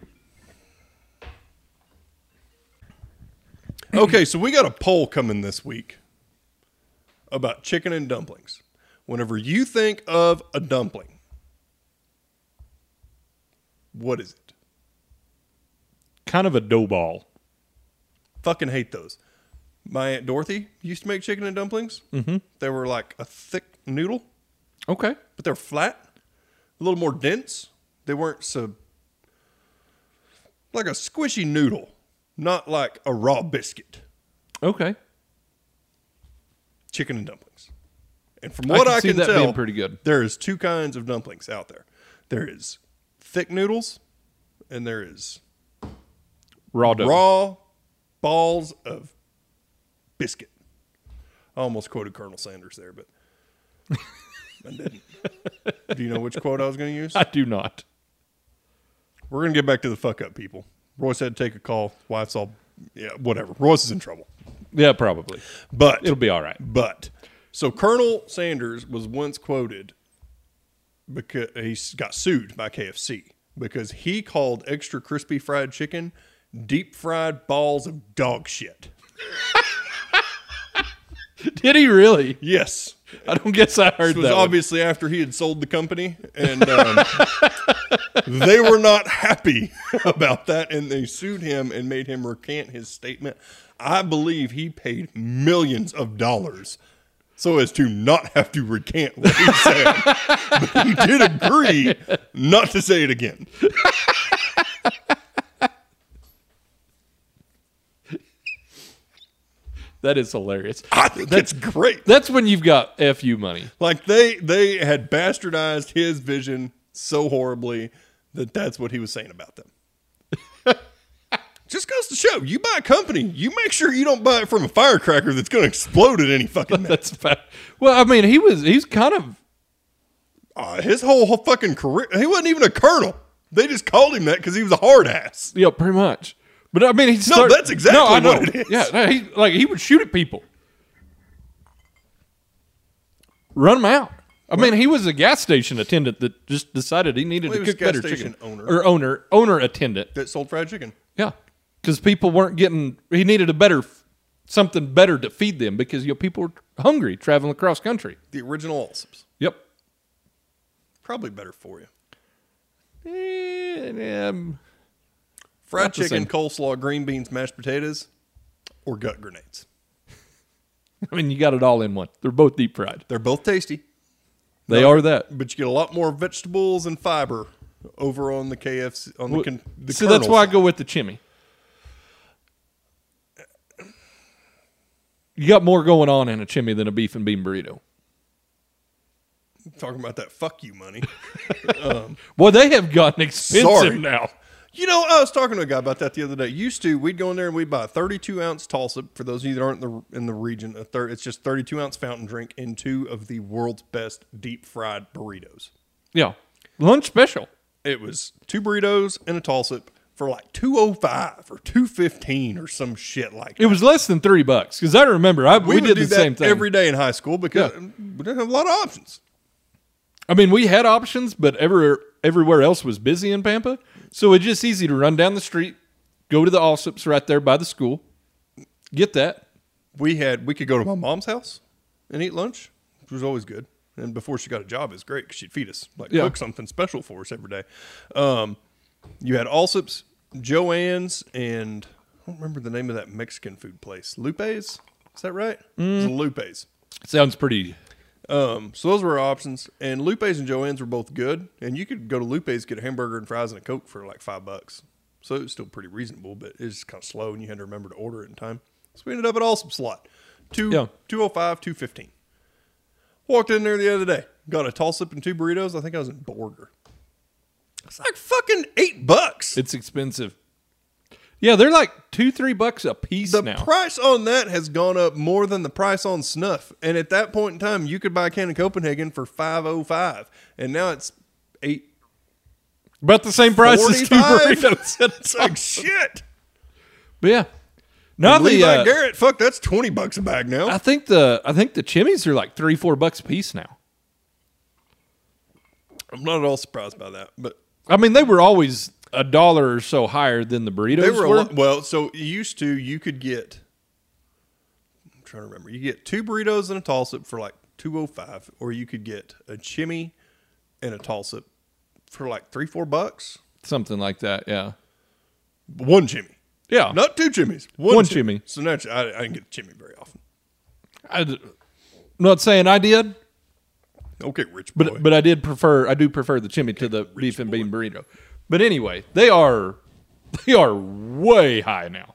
Okay, so we got a poll coming this week about chicken and dumplings. Whenever you think of a dumpling, what is it? Kind of a dough ball. Fucking hate those. My aunt Dorothy used to make chicken and dumplings. Mm-hmm. They were like a thick noodle, Okay. but they're flat, a little more dense. They weren't so like a squishy noodle, not like a raw biscuit. Okay. chicken and dumplings. And from I what can I see can that tell, being pretty good. There is two kinds of dumplings out there. There is thick noodles, and there is Raw dough. raw balls of biscuit. I almost quoted Colonel Sanders there, but I didn't. Do you know which quote I was going to use? I do not. We're going to get back to the fuck up people. Royce had to take a call. Wife's all, yeah, whatever. Royce is in trouble, Yeah, probably. but It'll be all right. But so Colonel Sanders was once quoted because he got sued by KFC because he called extra crispy fried chicken deep fried balls of dog shit. Did he really? Yes. I don't guess I heard This was that. one. obviously after he had sold the company, and um, they were not happy about that, and they sued him and made him recant his statement. I believe he paid millions of dollars so as to not have to recant what he said. but he did agree not to say it again. That is hilarious. I think that's great. That's when you've got FU money. Like they they had bastardized his vision so horribly that that's what he was saying about them. Just goes to show, you buy a company, you make sure you don't buy it from a firecracker that's going to explode at any fucking minute. That's fact. Well, I mean, he was he's kind of Uh, his whole, whole fucking career, he wasn't even a colonel. They just called him that because he was a hard ass. yeah, pretty much. But I mean, he start- that's exactly I know. what it is. Yeah, no, he like he would shoot at people, run them out. I mean, he was a gas station attendant that just decided he needed Well, he to was a cook gas better station chicken owner. or owner owner attendant. That sold fried chicken. Yeah, because people weren't getting. He needed a better something better to feed them because you know people were hungry traveling across country. The original Allsup's. Yep. Probably better for you. Eh, And, um, Fried Not the chicken, same. coleslaw, green beans, mashed potatoes, or gut grenades. I mean, you got it all in one. They're both deep fried. They're both tasty. They are that. but you get a lot more vegetables and fiber over on the KFC on the, con- the so that's Colonel's why I side. go with the chimney. You got more going on in a chimney than a beef and bean burrito. talking about that fuck you money. Well, they have gotten expensive Sorry. now. you know, I was talking to a guy about that the other day. Used to, we'd go in there and we'd buy a 32 ounce toss up. For those of you that aren't in the, in the region, a thir- it's just 32 ounce fountain drink and two of the world's best deep fried burritos. Yeah, lunch special. It was two burritos and a toss up for like 205 or 215 or some shit like that. It was less than three bucks because I remember I, we, would did do the that same thing every day in high school because Yeah. we didn't have a lot of options. I mean, we had options, but everywhere everywhere else was busy in Pampa, so it's just easy to run down the street, go to the Allsups right there by the school, get that. we had we could go to my mom's house and eat lunch, which was always good. And before she got a job, it was great because she'd feed us like Yeah. cook something special for us every day. Um, you had Allsup's, Joanne's, and don't remember the name of that Mexican food place. Lupe's? Is that right? It's Lupe's. Sounds pretty. Um, so those were our options. And Lupe's and Joanne's were both good. And you could go to Lupe's, get a hamburger and fries and a Coke for like five bucks. So it was still pretty reasonable, but it was kind of slow and you had to remember to order it in time. So we ended up at Awesome Slot. Two, Yeah. 205, 215. Walked in there the other day, got a tall sip and two burritos. I think I was in Borger. It's like fucking eight bucks. It's expensive. Yeah, they're like two, three bucks a piece the now. price on that has gone up more than the price on snuff. And at that point in time, you could buy a can of Copenhagen for five oh five, and now it's eight. About the same price as two 45? burritos. It's like shit. but yeah, no, Levi the uh, Garrett, fuck, that's twenty bucks a bag now. I think the I think the chimneys are like three, four bucks a piece now. I'm not at all surprised by that, but I mean, they were always a dollar or so higher than the burritos they were, were. a lot, well. So it used to, you could get. I'm trying to remember. You get two burritos and a toss up for like two oh five, or you could get a chimmy and a toss up for like three four bucks. Something like that. Yeah. One chimmy. Yeah. Not two chimneys. One, Oh. One chimney. chimney. So naturally, I, I didn't get a chimney very often. I, am not saying I did, Okay, rich boy. but but I did prefer I do prefer the chimney to the beef and bean burrito. But anyway, they are they are way high now.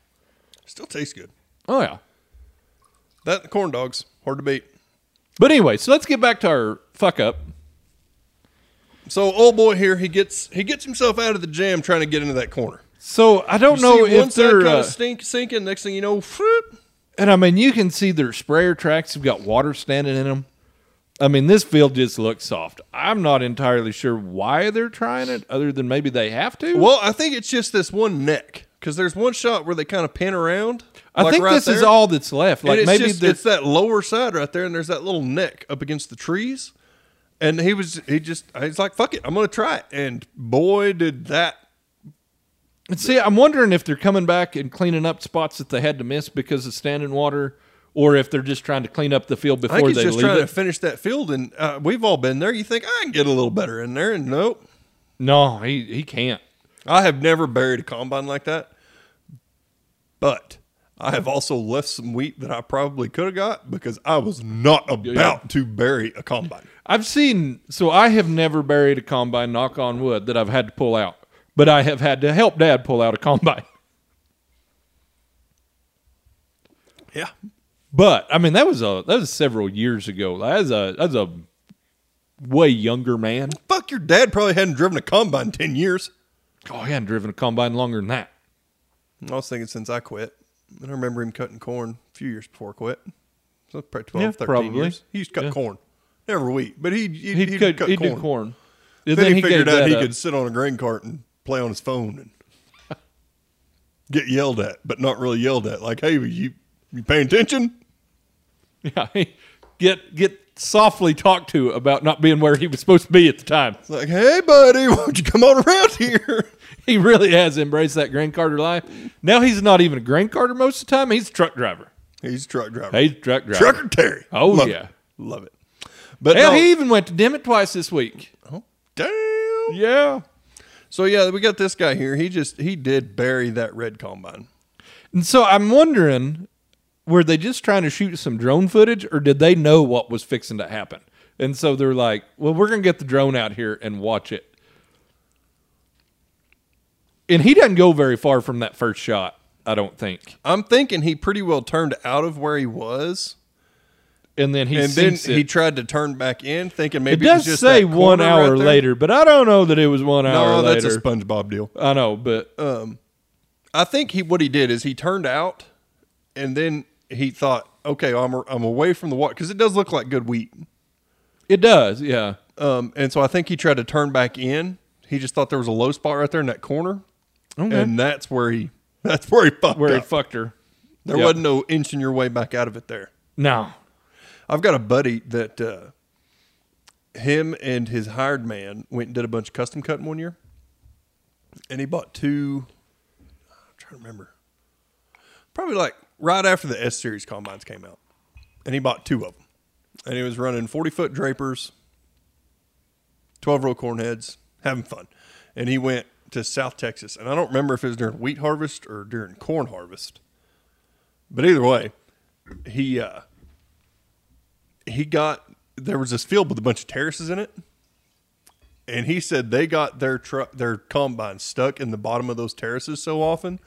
still tastes good. Oh yeah. That and the corn dogs hard to beat. But anyway, so let's get back to our fuck up. So old boy here, he gets he gets himself out of the jam trying to get into that corner. So I don't know See, one if side they're kind uh, of stink sinking. Next thing you know, fruit. and I mean you can see their sprayer tracks have got water standing in them. I mean this field just looks soft. I'm not entirely sure why they're trying it, other than maybe they have to. Well, I think it's just this one neck because there's one shot where they kind of pin around. I like think right this is there. all that's left. And Like it's maybe just, they're- it's that lower side right there, and there's that little neck up against the trees. And he was he just he's like fuck it, I'm gonna try it. And boy, did that And See, I'm wondering if they're coming back and cleaning up spots that they had to miss because of standing water, or if they're just trying to clean up the field I think before he's they just leave trying it. to finish that field, and uh, we've all been there. You think I can get a little better in there, and nope. no, he he can't. I have never buried a combine like that, but I have also left some wheat that I probably could have got because I was not about to bury a combine. I've seen so I have never buried a combine. Knock on wood that I've had to pull out, but I have had to help Dad pull out a combine. Yeah, But I mean, that was a that was several years ago. That was a that's a way younger man. fuck your dad probably hadn't driven a combine in ten years. Oh, he hadn't driven a combine longer than that. I was thinking since I quit, and I remember him cutting corn a few years before I quit. So probably 12, Yeah, 13 probably. years. He used to cut Yeah. corn, never wheat, but he he He could cut he corn. did corn. And Then, he gave figured out that he up. could sit on a grain cart and play on his phone and get yelled at, but not really yelled at. Like, hey, you you paying attention? Yeah, get get softly talked to about not being where he was supposed to be at the time. It's like, hey, buddy, won't you come on around here? He really has embraced that Grant Carter life. Now he's not even a Grant Carter most of the time. He's a truck driver. He's a truck driver. He's a truck driver. trucker Terry. Oh, Love yeah. it. love it. But Hell, no- he even went to Dimmitt twice this week. damn. Yeah. So yeah, we got this guy here. He just he did bury that red combine. And so I'm wondering, were they just trying to shoot some drone footage, or did they know what was fixing to happen? And so they're like, "Well, we're gonna get the drone out here and watch it." And he doesn't go very far from that first shot, I don't think. I'm thinking he pretty well turned out of where he was, and then he and then sinks he it. tried to turn back in, thinking it maybe it, was does just say that one corner hour right there. later, but I don't know that it was one hour No, that's later. a uh, SpongeBob deal. I know, but I think he what he did is he turned out, and then he thought, okay, I'm I'm away from the water because it does look like good wheat. it does. Yeah, Um, and so I think he tried to turn back in. He just thought there was a low spot right there in that corner, Okay. and that's where he that's where he fucked where up. he fucked her. there yeah. wasn't no inching your way back out of it there. No, I've got a buddy that uh, him and his hired man went and did a bunch of custom cutting one year, and he bought two. I'm trying to remember, probably like right after the S series combines came out, and he bought two of them, and he was running forty foot drapers, twelve row corn heads, having fun, and he went to South Texas, and I don't remember if it was during wheat harvest or during corn harvest. But either way, he uh, he got there was this field with a bunch of terraces in it, and he said they got their truck their combine stuck in the bottom of those terraces so often,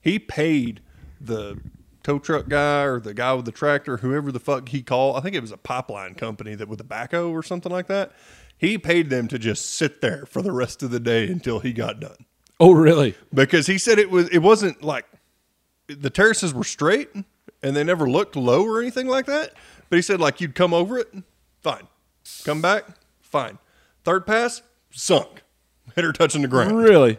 he paid the tow truck guy or the guy with the tractor, whoever the fuck he called. I think it was a pipeline company that with a backhoe or something like that. He paid them to just sit there for the rest of the day until he got done Oh, really? because he said it was it wasn't like the terraces were straight and they never looked low or anything like that. But he said like you'd come over it, fine. Come back, fine. Third pass, sunk. Hit her touching the ground. Really?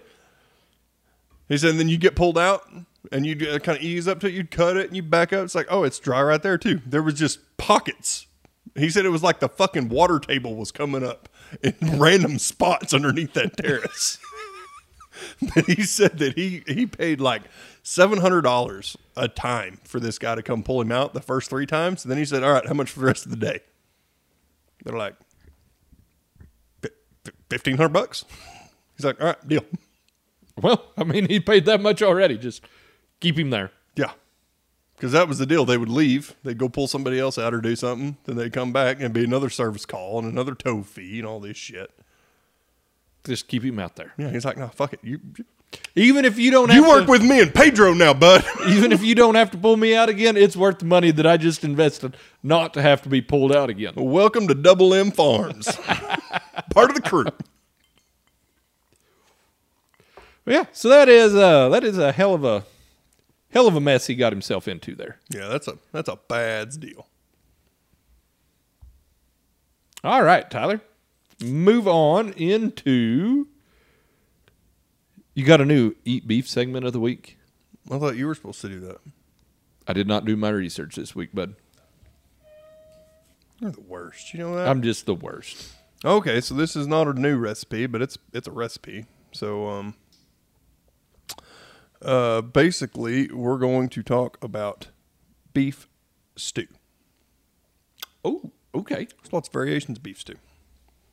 He said, and then you get pulled out and you kind of ease up to it. You'd cut it and you back up. It's like, oh, it's dry right there, too. There was just pockets. He said it was like the fucking water table was coming up in random spots underneath that terrace. but he said that he, he paid like $700 a time for this guy to come pull him out the first three times. And then he said, all right, how much for the rest of the day? They're like, "Fi- fi- 1500 bucks? He's like, all right, deal. Well, I mean, he paid that much already. Just keep him there. Yeah. Because that was the deal. They would leave, they'd go pull somebody else out or do something. Then they'd come back and it'd be another service call and another tow fee and all this shit. Just keep him out there. Yeah, he's like, no, fuck it. You, you- Even if you don't have you work to, with me and Pedro now, bud. even if you don't have to pull me out again, it's worth the money that I just invested not to have to be pulled out again. Welcome to Double M Farms, part of the crew. Yeah, so that is uh that is a hell of a hell of a mess he got himself into there. Yeah, that's a that's a bad deal. All right, Tyler. Move on into You got a new eat beef segment of the week. I thought you were supposed to do that. I did not do my research this week, bud. You're the worst. You know that. I'm just the worst. Okay, so this is not a new recipe, but it's it's a recipe. So um uh basically we're going to talk about beef stew. Oh, okay. There's lots of variations of beef stew.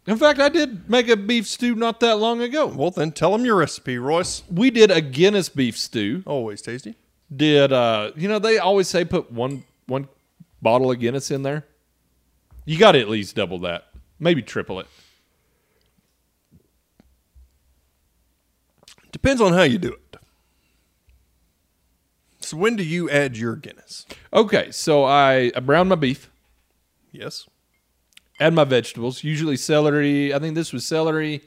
In fact, I did make a beef stew not that long ago. Well, then tell them your recipe, Royce. We did a Guinness beef stew. Always tasty. Did uh you know they always say put one one bottle of Guinness in there? You got to at least double that. Maybe triple it. Depends on how you do it. So when do you add your Guinness? Okay, so I, I brown my beef, Yes. add my vegetables, usually celery. I think this was celery,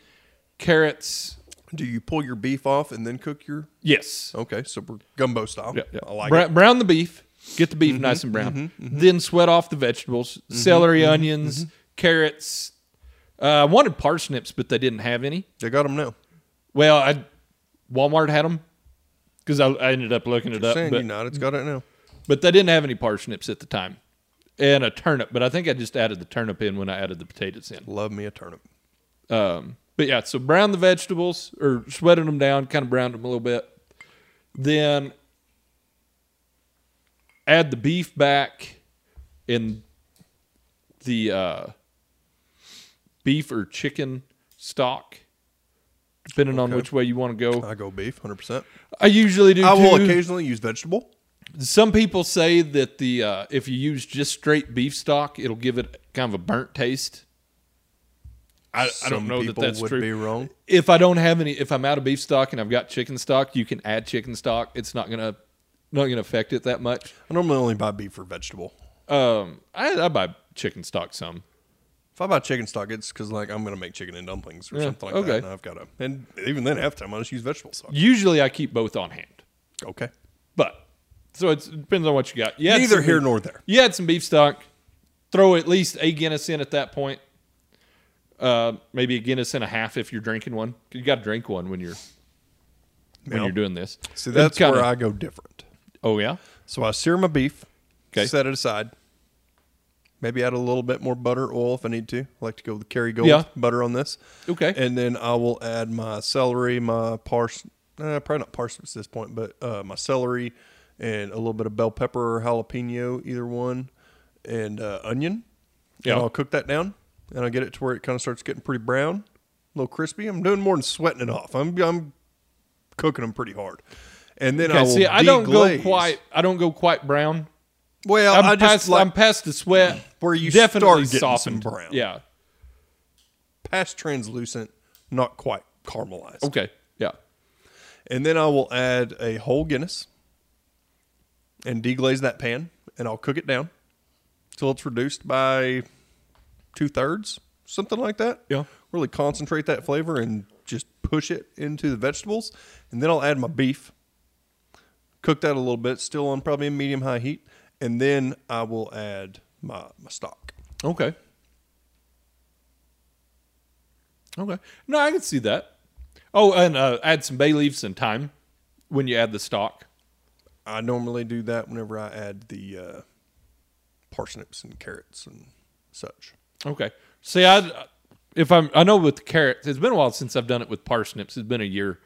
carrots. Do you pull your beef off and then cook your Yes. Okay, so we're gumbo style. Yeah, yeah. I like Bra- it. Mm-hmm, Brown the beef, get the beef nice and brown. Then sweat off the vegetables, celery, mm-hmm, onions, carrots. Uh, I wanted parsnips, but they didn't have any. They got them now. Well, I Walmart had them because I, I ended up looking it up. Saying but- United's got it now. but they didn't have any parsnips at the time and a turnip but i think i just added the turnip in when i added the potatoes in Love me a turnip. um, but yeah so brown the vegetables or sweated them down kind of browned them a little bit then add the beef back and the uh, beef or chicken stock depending on which way you want to go I go beef, hundred percent. i usually do Uh, I will two. occasionally use vegetable. Some people say that the uh, if you use just straight beef stock, it'll give it kind of a burnt taste. I, I don't Some know that people that's would true. be wrong. If I don't have any, if I'm out of beef stock and I've got chicken stock, you can add chicken stock. It's not gonna not gonna affect it that much. I normally only buy beef or vegetable. Um, I, I buy chicken stock some. If I buy chicken stock, it's because like I'm gonna make chicken and dumplings or Yeah, something like okay. that. And I've got to, and even then, half the time I just use vegetable stock. Usually, I keep both on hand, Okay, but so it's, it depends on what you got. Yeah, neither here nor there. you had some beef stock. Throw at least a Guinness in at that point. Uh, maybe a Guinness and a half if you're drinking one. You got to drink one when you're when Yeah. you're doing this. So that's kinda, where I go different. Oh yeah. So I sear my beef, 'Kay. set it aside. Maybe add a little bit more butter, oil if I need to. I like to go with the Kerrygold Yeah. butter on this. Okay. And then I will add my celery, my pars, uh, probably not parsnips at this point, but uh, my celery and a little bit of bell pepper or jalapeno, either one, and uh, onion. Yeah. And I'll cook that down and I'll get it to where it kind of starts getting pretty brown, a little crispy. I'm doing more than sweating it off. I'm, I'm cooking them pretty hard. And then I Okay, will see, I don't go deglaze. quite. I don't go quite brown. Well, I'm i just past. like I'm past the sweat. Where you definitely start getting some softened. brown. Yeah. past translucent, not quite caramelized. Okay. Yeah. And then I will add a whole Guinness and deglaze that pan, and I'll cook it down till it's reduced by two thirds, something like that. Yeah. Really concentrate that flavor and just push it into the vegetables. And then I'll add my beef, cook that a little bit, still on probably a medium high heat. And then I will add my, my stock. Okay. Okay. No, I can see that. Oh, and uh, add some bay leaves and thyme when you add the stock. I normally do that whenever I add the uh, parsnips and carrots and such. Okay. See, I if I'm I know with the carrots, it's been a while since I've done it with parsnips. It's been a year,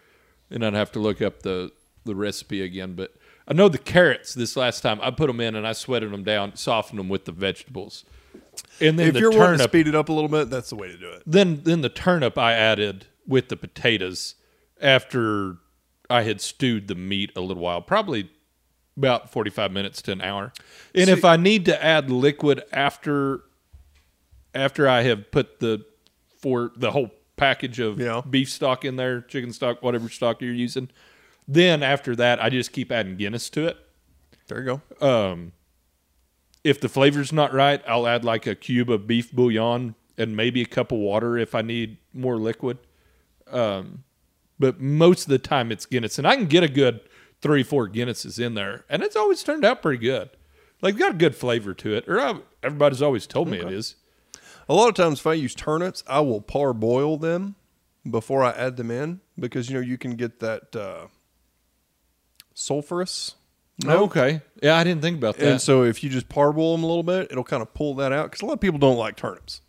and I'd have to look up the the recipe again. But I know the carrots. This last time I put them in and I sweated them down, softened them with the vegetables, and then if the you're wanting to turnip. speed it up a little bit, that's the way to do it. then then the turnip I added with the potatoes after I had stewed the meat a little while, probably about 45 minutes to an hour. And if I need to add liquid after after I have put the for the whole package of Yeah. beef stock in there, chicken stock, whatever stock you're using, then after that I just keep adding Guinness to it There you go. um, if the flavor's not right, I'll add like a cube of beef bouillon and maybe a cup of water if I need more liquid. Um, but most of the time it's Guinness, and I can get a good three, four Guinnesses in there, and it's always turned out pretty good. Like got a good flavor to it, or I, everybody's always told me it is. A lot of times, if I use turnips, I will parboil them before I add them in because you know you can get that uh, sulfurous. note. Okay, yeah, I didn't think about that. And so if you just parboil them a little bit, it'll kind of pull that out because a lot of people don't like turnips.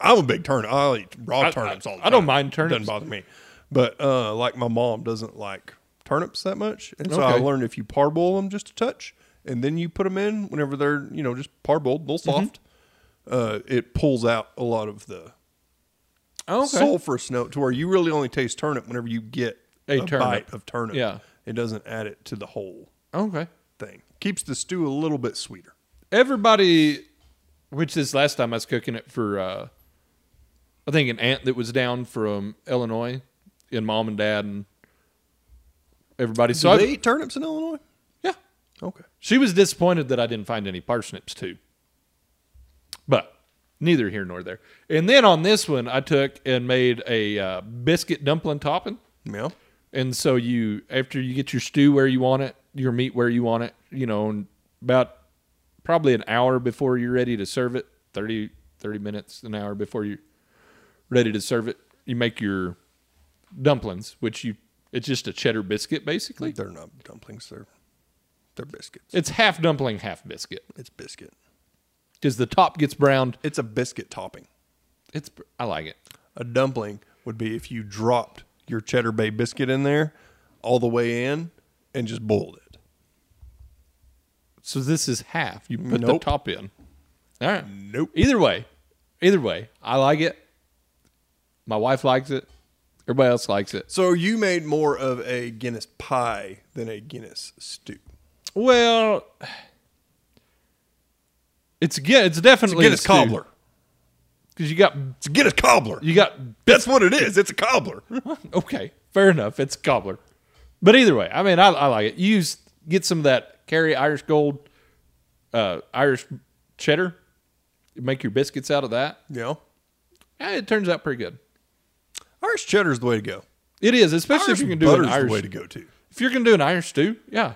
I'm a big turnip. I'll eat raw I- turnips all the I time. don't mind turnips. Doesn't bother me. But uh, like my mom doesn't like turnips that much, and so I Okay. learned if you parboil them just a touch, and then you put them in whenever they're you know just parboiled, a little Mm-hmm. soft, uh, it pulls out a lot of the okay, sulfurous note to where you really only taste turnip whenever you get A a, turnip. bite of turnip. Yeah. it doesn't add it to the whole okay. thing. Keeps the stew a little bit sweeter. everybody which this last time i was cooking it for uh i think an aunt that was down from illinois and mom and dad and everybody so Do I, they eat turnips in Illinois? yeah Okay. she was disappointed that i didn't find any parsnips too but neither here nor there and then on this one i took and made a uh, biscuit dumpling topping Yeah. and so you, after you get your stew where you want it, your meat where you want it, you know, and about probably an hour before you're ready to serve it, 30, 30 minutes, an hour before you're ready to serve it, you make your dumplings, which you, it's just a cheddar biscuit basically. They're not dumplings. They're they're biscuits. It's half dumpling, half biscuit It's biscuit. because the top gets browned. It's a biscuit topping. It's, I like it. A dumpling would be if you dropped your cheddar bay biscuit in there all the way in and just boiled it. So this is half. You put the Nope. top in. All right. Nope. Either way, either way, I like it. My wife likes it. Everybody else likes it. So you made more of a Guinness pie than a Guinness stew. Well, it's again, it's definitely Guinness cobbler. because you got It's a Guinness cobbler. you got That's what it is. It's a cobbler. okay, fair enough. It's cobbler, but either way, I mean, I, I like it. You use, get some of that carry Irish gold, uh, Irish cheddar. You make your biscuits out of that. yeah. Eh, it turns out pretty good. Irish cheddar is the way to go. It is, especially Irish if you can do butter an is the Irish way to go too. If you're gonna do an Irish stew, yeah,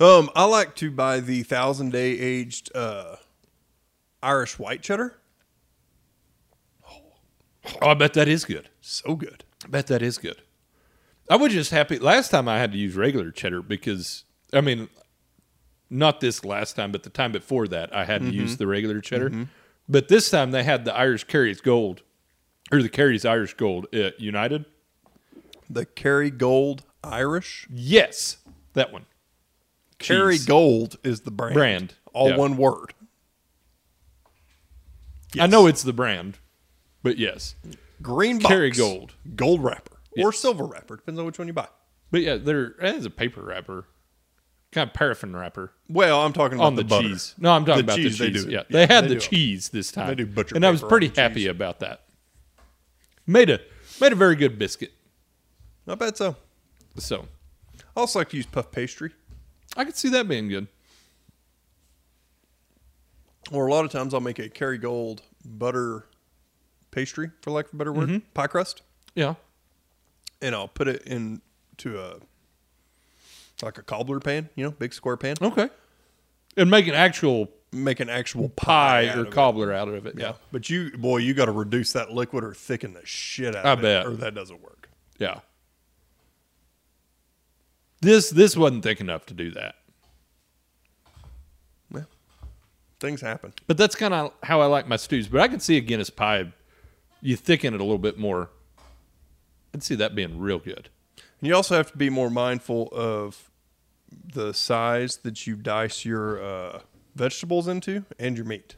Um, I like to buy the thousand day aged uh, Irish white cheddar. oh, I bet that is good. So good. I bet that is good. I was just happy last time I had to use regular cheddar because I mean, not this last time, but the time before that I had to use the regular cheddar. But this time they had the Irish Carries Gold or the Carries Irish Gold at United. The Kerry Gold Irish. Yes, that one Kerry Gold is the brand. brand. All Yeah. one word. I know it's the brand, but yes, Green box. Kerrygold. Gold wrapper or Yes. silver wrapper. Depends on which one you buy. But yeah, there as a paper wrapper, kind of paraffin wrapper Well, I'm talking about on the, butter. cheese. No, I'm talking The about cheese, the they cheese. do it. yeah, Yeah, they had they the do it. cheese this time. They do butcher and I was paper on pretty the happy cheese. about that. Made a made a very good biscuit. I bet so. So I also like to use puff pastry, I could see that being good. or a lot of times I'll make a Kerrygold butter pastry, for lack of a better word, Mm-hmm. pie crust, Yeah. and I'll put it into a like a cobbler pan, you know, big square pan. Okay. And make an actual Make an actual pie, pie out or of it. cobbler out of it. Yeah. But you, boy, you got to reduce that liquid or thicken the shit out I of bet. it, or that doesn't work. Yeah. This this wasn't thick enough to do that. Well, things happen. But that's kind of how I like my stews. But I can see a Guinness pie, you thicken it a little bit more. I'd see that being real good. And you also have to be more mindful of the size that you dice your uh, vegetables into and your meat.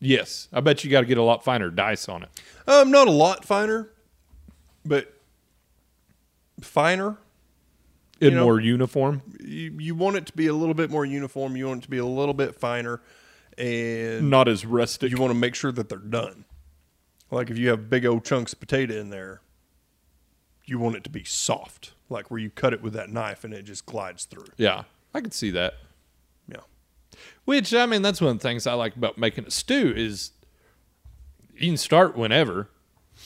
Yes, I bet you got to get a lot finer dice on it. Um, not a lot finer, but finer. You In know- more uniform, You, you want it to be a little bit more uniform. You want it to be a little bit finer, and not as rustic. you want to make sure that they're done. Like if you have big old chunks of potato in there, you want it to be soft, like where you cut it with that knife and it just glides through. yeah, I could see that. Yeah. Which I mean, that's one of the things I like about making a stew is you can start whenever,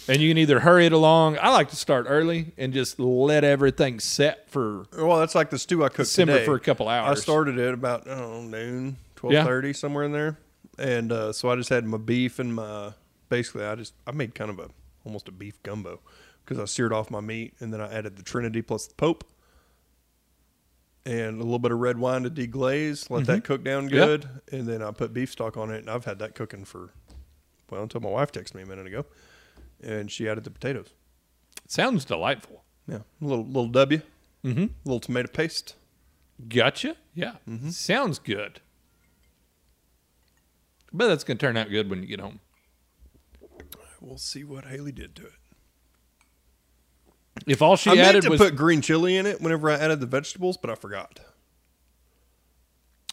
and you can either hurry it along. I like to start early and just let everything set for Well, that's like the stew I cooked Simmer today. for a couple hours. I started it about I don't know, noon, twelve thirty, somewhere in there, and uh, so I just had my beef and my basically I just I made kind of a almost a beef gumbo because I seared off my meat and then I added the Trinity plus the Pope and a little bit of red wine to deglaze, let that cook down Mm-hmm. Yeah. good, and then I put beef stock on it, and I've had that cooking for well until my wife texted me a minute ago, and she added the potatoes. sounds delightful. Yeah, a little little W, Mhm. little tomato paste. Gotcha. Yeah. Mm-hmm. Sounds good. But that's going to turn out good when you get home. We'll see what Haley did to it. If all she I meant added to was put green chili in it whenever I added the vegetables, but I forgot.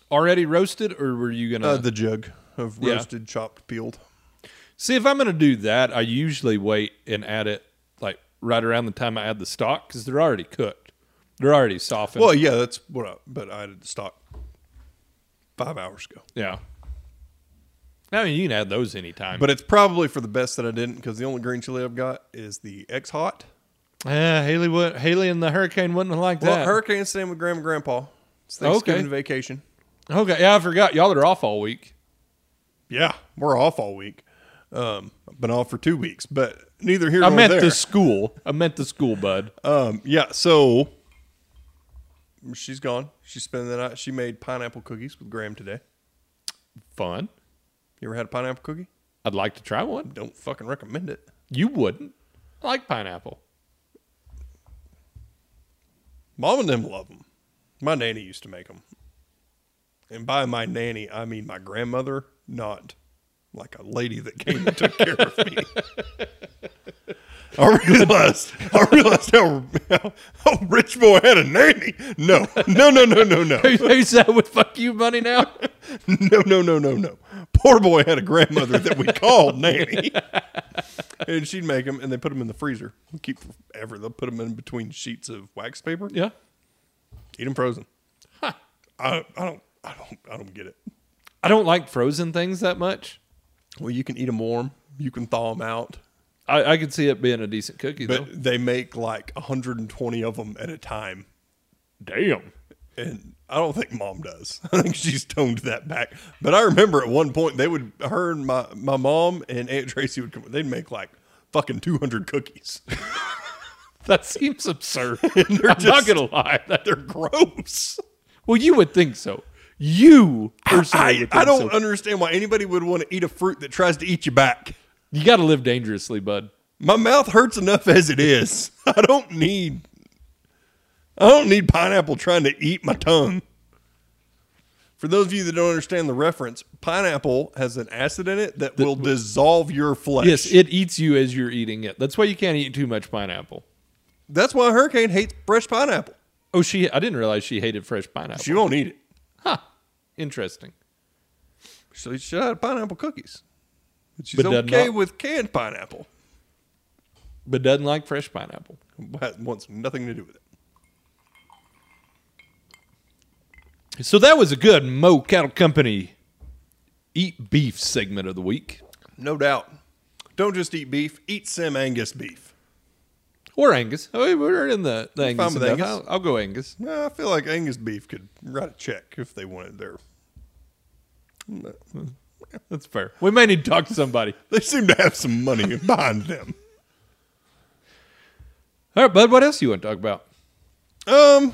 already roasted, or were you going to Uh, the jug of Yeah. roasted, chopped, peeled. see if I'm going to do that? I usually wait and add it like right around the time I add the stock because they're already cooked, they're already softened. Well, yeah, that's what. I, but I added the stock five hours ago. yeah. I mean, you can add those anytime. But it's probably for the best that I didn't because the only green chili I've got is the X Hot. yeah, Ah, Haley would Haley and the hurricane wouldn't have liked Well, that. Hurricane staying with Grandma and Grandpa. It's Okay. Thanksgiving vacation. okay, yeah, I forgot. Y'all are off all week. Yeah, we're off all week. Um, I've been off for two weeks, but neither here I nor meant there. the school. I meant the school, bud. Um, yeah, so she's gone. She spent the night. She made pineapple cookies with Graham today. Fun. You ever had a pineapple cookie? I'd like to try one. Don't fucking recommend it. You wouldn't. I like pineapple. Mom and them love them. My nanny used to make them. And by my nanny, I mean my grandmother, not like a lady that came and took care of me. I realized, I realized how, how, how rich boy had a nanny. No, no, no, no, no, no. Who's that with fuck you money now? No, no, no, no, no. Poor boy had a grandmother that we called Nanny. and she'd make them, and they put them in the freezer. We keep forever. They'll put them in between sheets of wax paper. yeah. Eat them frozen. I, I don't, I don't, I don't get it. I don't like frozen things that much. Well, you can eat them warm. You can thaw them out. I, I could see it being a decent cookie But though. they make like 120 of them at a time. Damn. And I don't think mom does. I think she's toned that back. But I remember at one point they would, her and my, my mom and Aunt Tracy would come, they'd make like fucking 200 cookies. That seems absurd. I'm not just- gonna lie. That- They're gross. well, you would think so. You personally, I, would think I don't so. understand why anybody would want to eat a fruit that tries to eat you back. You got to live dangerously, bud. My mouth hurts enough as it is. I don't need I don't need pineapple trying to eat my tongue. For those of you that don't understand the reference, pineapple has an acid in it that will dissolve your flesh. Yes, it eats you as you're eating it. That's why you can't eat too much pineapple. That's why Hurricane hates fresh pineapple. Oh, she. I didn't realize she hated fresh pineapple. She won't eat it. Huh. Interesting. So she had pineapple cookies. But she's But does okay not- with canned pineapple. But doesn't like fresh pineapple. But wants nothing to do with it. So that was a good Mo Cattle Company eat beef segment of the week, No doubt. Don't just eat beef. Eat some Angus beef. or Angus. Oh, we we're in the, the Angus. fine with enough. Angus. I'll, I'll go Angus. Nah, I feel like Angus beef could write a check if they wanted their. That's fair. We may need to talk to somebody. They seem to have some money behind them. All right, bud. What else you want to talk about? Um, I'm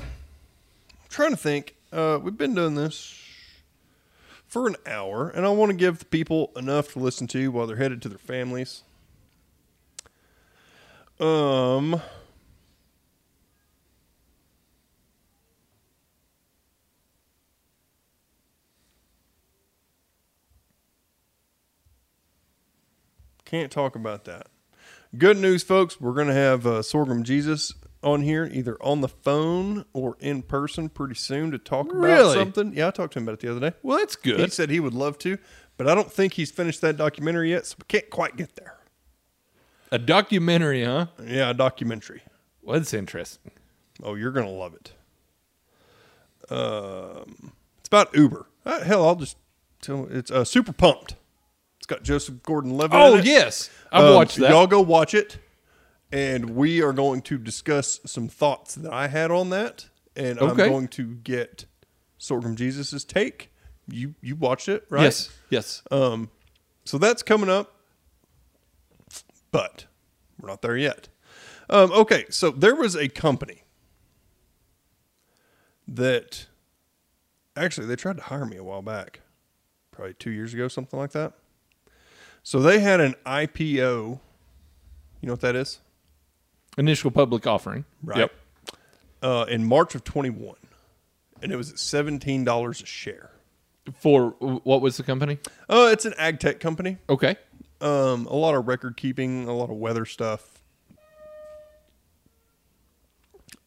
trying to think. Uh, we've been doing this for an hour, and I want to give the people enough to listen to while they're headed to their families. Um, can't talk about that. Good news, folks. We're going to have uh, Sorghum Jesus on here, either on the phone or in person, pretty soon to talk about Really? something. Yeah, I talked to him about it the other day. Well, that's He good. said he would love to, but I don't think he's finished that documentary yet, so we can't quite get there. A documentary, huh? Yeah, a documentary. Well, that's interesting. Oh, you're gonna love it. Um, it's about Uber. Uh, hell, I'll just tell. It's uh, super pumped. It's got Joseph Gordon-Levitt. Oh in it. yes, I've Um, watched that. Y'all go watch it, and we are going to discuss some thoughts that I had on that, and Okay. I'm going to get Sorghum Jesus's take. You you watched it, right? Yes, yes. Um, so that's coming up, but we're not there yet. Um, okay, so there was a company that actually they tried to hire me a while back, probably two years ago, something like that. So they had an IPO. You know what that is? Initial public offering. Yep. Uh, in March of 21, and it was at $17 a share. For what was the company? Uh, it's an ag tech company. Okay. um, a lot of record keeping, a lot of weather stuff.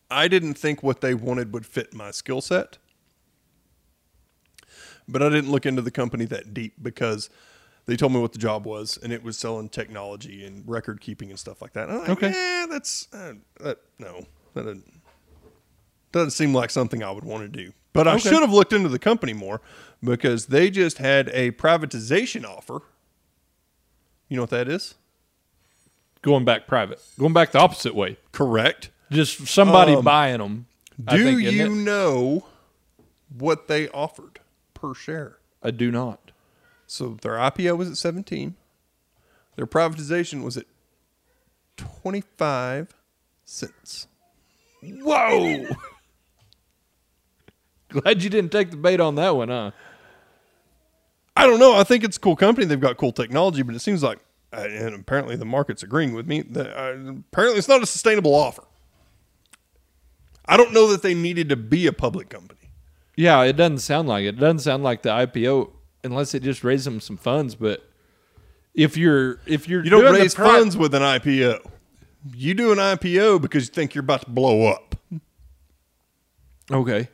I didn't think what they wanted would fit my skill set, but I didn't look into the company that deep because they told me what the job was, and it was selling technology and record keeping and stuff like that. And I'm like, Okay. yeah, that's uh, that, no, that doesn't, doesn't seem like something I would want to do. But I Okay. should have looked into the company more because they just had a privatization offer. You know what that is? Going back private. Going back the opposite way. Correct. Just somebody Um, buying them. I Do think, isn't you it? know what they offered per share? I do not. So their IPO was at 17. Their privatization was at 25 cents. Whoa. Glad you didn't take the bait on that one, huh? I don't know. I think it's a cool company. They've got cool technology, but it seems like, uh, and apparently the market's agreeing with me, that uh, apparently it's not a sustainable offer. I don't know that they needed to be a public company. Yeah, it doesn't sound like it. It doesn't sound like the IPO unless it just raised them some funds, but if you're if you're You don't doing the raise pri- funds with an IPO. You do an IPO because you think you're about to blow up. Okay.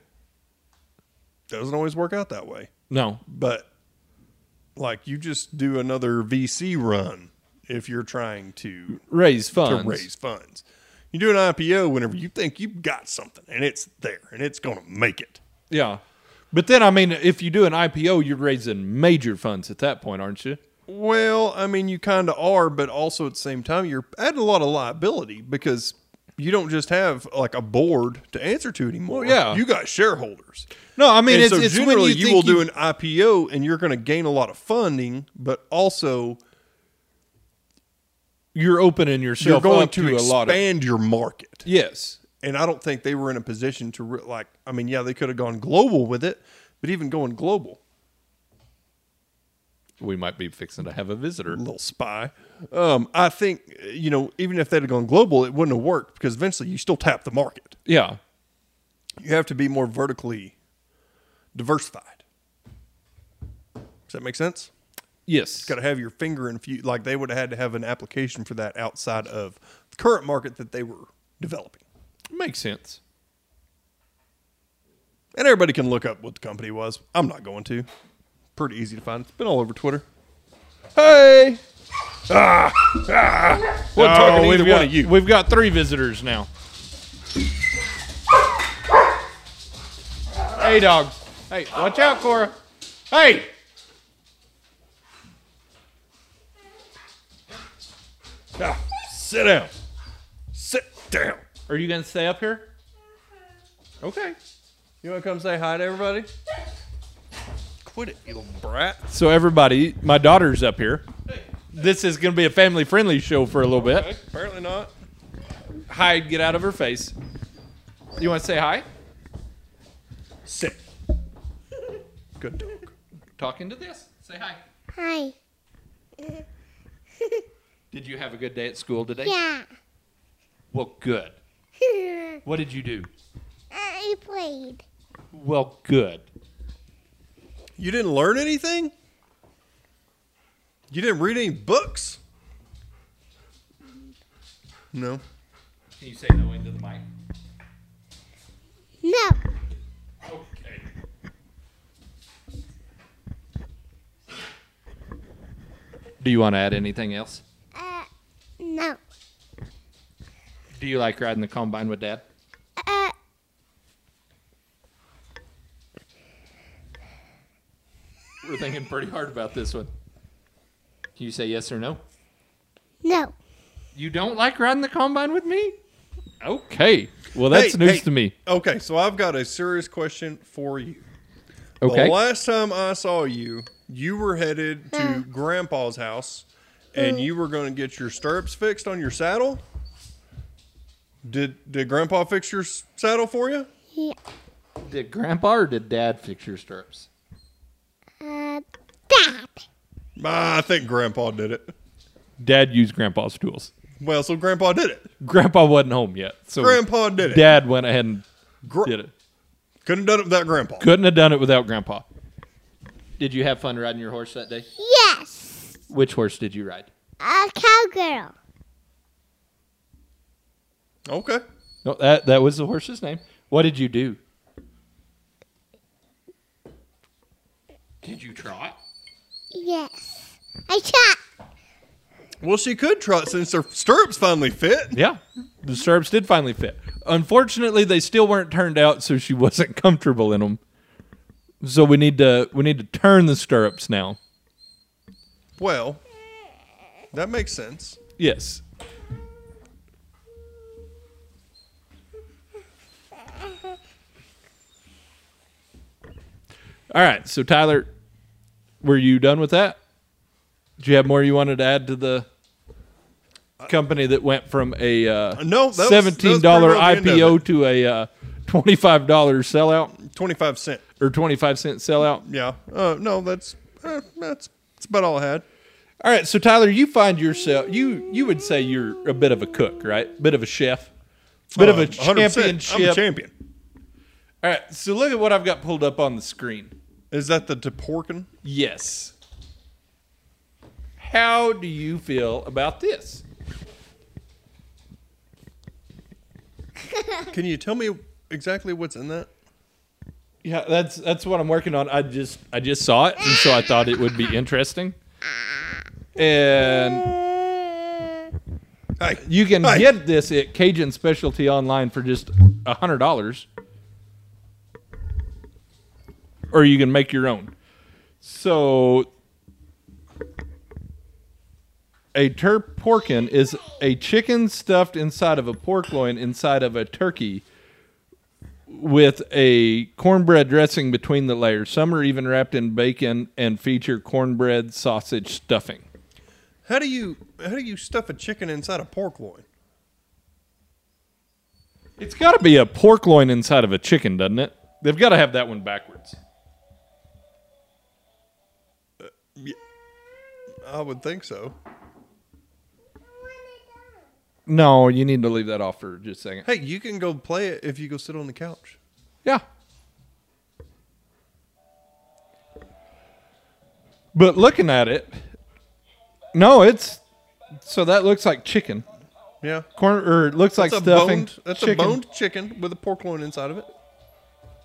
Doesn't always work out that way. No. But like you just do another VC run if you're trying to Raise funds. to raise funds. You do an IPO whenever you think you've got something and it's there and it's going to make it. Yeah. But then I mean if you do an IPO, you're raising major funds at that point, aren't you? Well, I mean, you kind of are, but also at the same time, you're adding a lot of liability because you don't just have like a board to answer to anymore. yeah. you got shareholders. No, I mean and it's, so it's when generally you, you, think will do an IPO and you're going to gain a lot of funding, but also you're opening you're yourself going up to, to, a lot of expand your market. yes. And I don't think they were in a position to re- like. I mean, yeah, they could have gone global with it, but even going global, We might be fixing to have a visitor. little spy. Um, I think you know, even if they'd have gone global, it wouldn't have worked because eventually you still tap the market. Yeah. You have to be more vertically diversified. Does that make sense? Yes. got to have your finger in few like they would have had to have an application for that outside of the current market that they were developing. Makes sense. And everybody can look up what the company was. I'm not going to. Pretty easy to find. It's been all over Twitter. Hey! We're talking we've either got- one of you. We've got three visitors now. Hey, dogs. Hey, watch out, Cora. Hey! Ah, sit down. Sit down. Are you going to stay up here? Okay. You want to come say hi to everybody? Quit it, you little brat. So, everybody, my daughter's up here. This is going to be a family friendly show for a little bit. Apparently not. Hide, get out of her face. You want to say hi? Sit. Good dog. Talking to this. Say hi. Hi. Did you have a good day at school today? Yeah. Well, good. What did you do? I played. Well, good. You didn't learn anything? You didn't read any books? No. Can you say no into the mic? No. Okay. Do you want to add anything else? Uh, no. Do you like riding the combine with dad? Uh, We're thinking pretty hard about this one. Can you say yes or no? no. You don't like riding the combine with me? Okay. Well, that's news to me. Okay, so I've got a serious question for you. Okay. The last time I saw you, you were headed to Grandpa's house, and you were going to get your stirrups fixed on your saddle. Did Did Grandpa fix your s- saddle for you? Yeah. Did grandpa or did dad fix your stirrups? Uh, dad. Ah, I think Grandpa did it. Dad used grandpa's tools. Well, so Grandpa did it. Grandpa wasn't home yet. So Grandpa did it. dad went ahead and Gra- did it. Couldn't have done it without Grandpa. Couldn't have done it without Grandpa. Did you have fun riding your horse that day? Yes. Which horse did you ride? A cowgirl. Okay. No, that that was the horse's name. What did you do? Did you trot? Yes. I shot. Well, she could trot since her stirrups finally fit. Yeah, the stirrups did finally fit. Unfortunately, they still weren't turned out, so she wasn't comfortable in them. So we need to we need to turn the stirrups now. Well, that makes sense. Yes. All right, so Tyler, were you done with that? Do you have more you wanted to add to the company that went from a no, that uh, was- that was pretty seventeen dollar well the end of IPO it. to a uh, twenty five dollar sellout Twenty five cent. or twenty five cent sellout? Yeah. Uh, no, that's uh, that's that's about all I had. All right, so Tyler, you find yourself you you would say you're a bit of a cook, right? Bit of a chef, bit of Uh, a 100%. I'm a championship. champion. All right, so look at what I've got pulled up on the screen. Is that the Taporkin? Yes. How do you feel about this? Can you tell me exactly what's in that? Yeah, that's that's what I'm working on. I just I just saw it, and so I thought it would be interesting. And Hey, Uh, you can Hey. get this at Cajun Specialty online for just a hundred dollars, or you can make your own. So A terporkin is a chicken stuffed inside of a pork loin inside of a turkey with a cornbread dressing between the layers. Some are even wrapped in bacon and feature cornbread sausage stuffing. how do you how do you stuff a chicken inside a pork loin? It's got to be a pork loin inside of a chicken, doesn't it? They've got to have that one backwards. I would think so. No, you need to leave that off for just a second. Hey, you can go play it if you go sit on the couch. Yeah. But looking at it, no, it's so that looks like chicken. Yeah. Corn or it looks like That's a stuffing. boned. That's chicken. a boned chicken with a pork loin inside of it.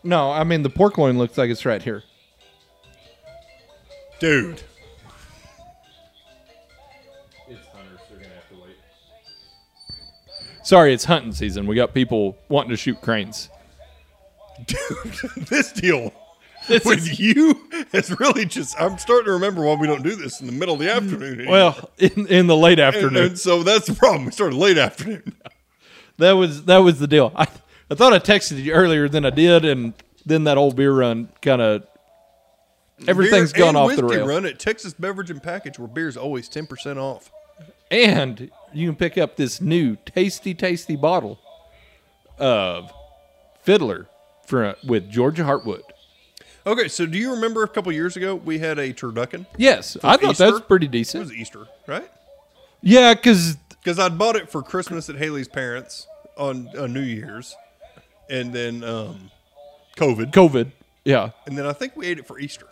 No, I mean the pork loin looks like it's right here. Dude. Sorry, it's hunting season. We got people wanting to shoot cranes. Dude, this deal with you is really just. I'm starting to remember why we don't do this in the middle of the afternoon. anymore. Well, in, in the late and, afternoon. and so that's the problem. We started late afternoon. That was that was the deal. I, I thought I texted you earlier than I did, and then that old beer run kind of everything's Beer gone and off the whiskey rail. Run at Texas Beverage and Package, where beer's always ten percent off. And you can pick up this new tasty, tasty bottle of Fiddler for, with Georgia Heartwood. Okay, so do you remember a couple years ago we had a turducken? Yes, I thought that Easter? was pretty It decent. was Easter, right? Yeah, because Because I'd bought it for Christmas at Haley's parents on, on New Year's, and then um, COVID, COVID. Yeah, and then I think we ate it for Easter,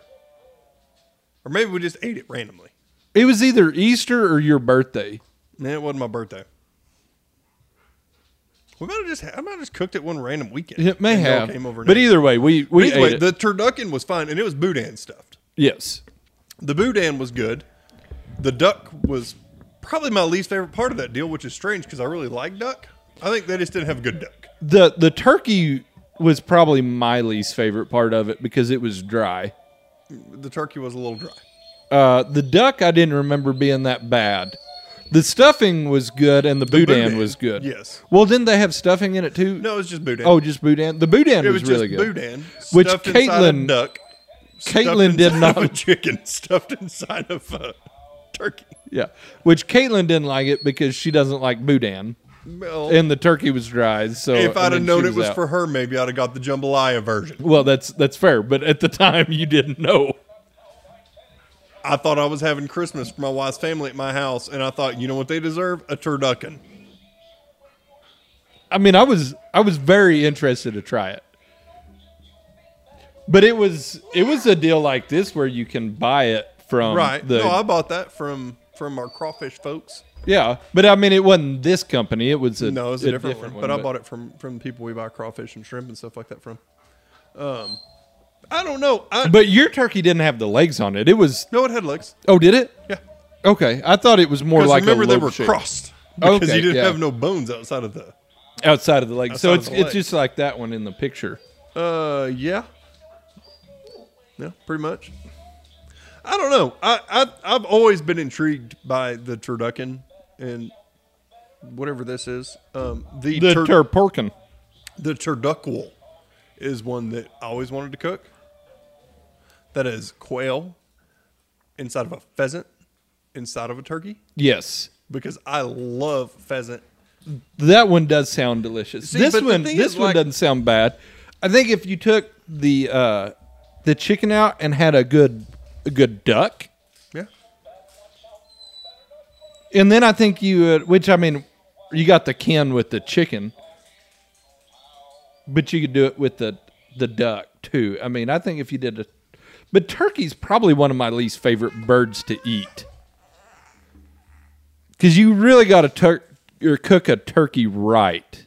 or maybe we just ate it randomly. it was either Easter or your birthday. Nah, it wasn't my birthday. We might have just I might have just cooked it one random weekend. It may and y'all have, came over. and but ate it. either way, we we Either way, ate it. the turducken was fine, and it was boudin stuffed. yes, The boudin was good. The duck was probably my least favorite part of that deal, which is strange because I really like duck. I think they just didn't have good duck. the the turkey was probably my least favorite part of it because it was dry. The turkey was a little dry. Uh, the duck I didn't remember being that bad. The stuffing was good and the boudin, boudin, was good. yes. Well, didn't they have stuffing in it too? No, it was just boudin. Oh, just boudin. The boudin it was, was, really just good. boudin. Which stuffed inside of Caitlin- duck. stuffed Caitlin did inside not- of a chicken stuffed inside of a turkey. Yeah. Which Caitlin didn't like it because she doesn't like boudin, Well, and the turkey was dry. So if I I'd have mean, known she it was out. for her, maybe I'd have got the jambalaya version. Well, that's that's fair, but at the time you didn't know. I thought I was having Christmas for my wife's family at my house, and I thought, you know what they deserve? A turducken. I mean, I was I was very interested to try it. But it was it was a deal like this where you can buy it from right. the no, I bought that from from our crawfish folks. yeah. But I mean, it wasn't this company. It was a No, it was a, different, one, but, I bought it from from people we buy crawfish and shrimp and stuff like that from. Um, I don't know. I But your turkey didn't have the legs on it. It was no, it had legs. oh, did it? Yeah, Okay, I thought it was more because like remember a they lobe were shape crossed because Okay, you didn't yeah. have no bones outside of the. outside of the leg. Outside So of it's the it's leg. just like that one in the picture. Uh, yeah. Yeah, pretty much. I don't know. I, I I've always been intrigued by the turducken and whatever this is. Um, the The tur- turporkin. the turduckle is one that I always wanted to cook. That is quail inside of a pheasant inside of a turkey Yes, because I love pheasant. That one does sound delicious. See, this but the one, thing this is, one like- doesn't sound bad. I think if you took the uh, the chicken out and had a good a good duck, Yeah. and then I think you, would, which I mean, you got the kin with the chicken, but you could do it with the the duck too. I mean, I think if you did a, but turkey's probably one of my least favorite birds to eat, because you really got to tur- or cook a turkey right.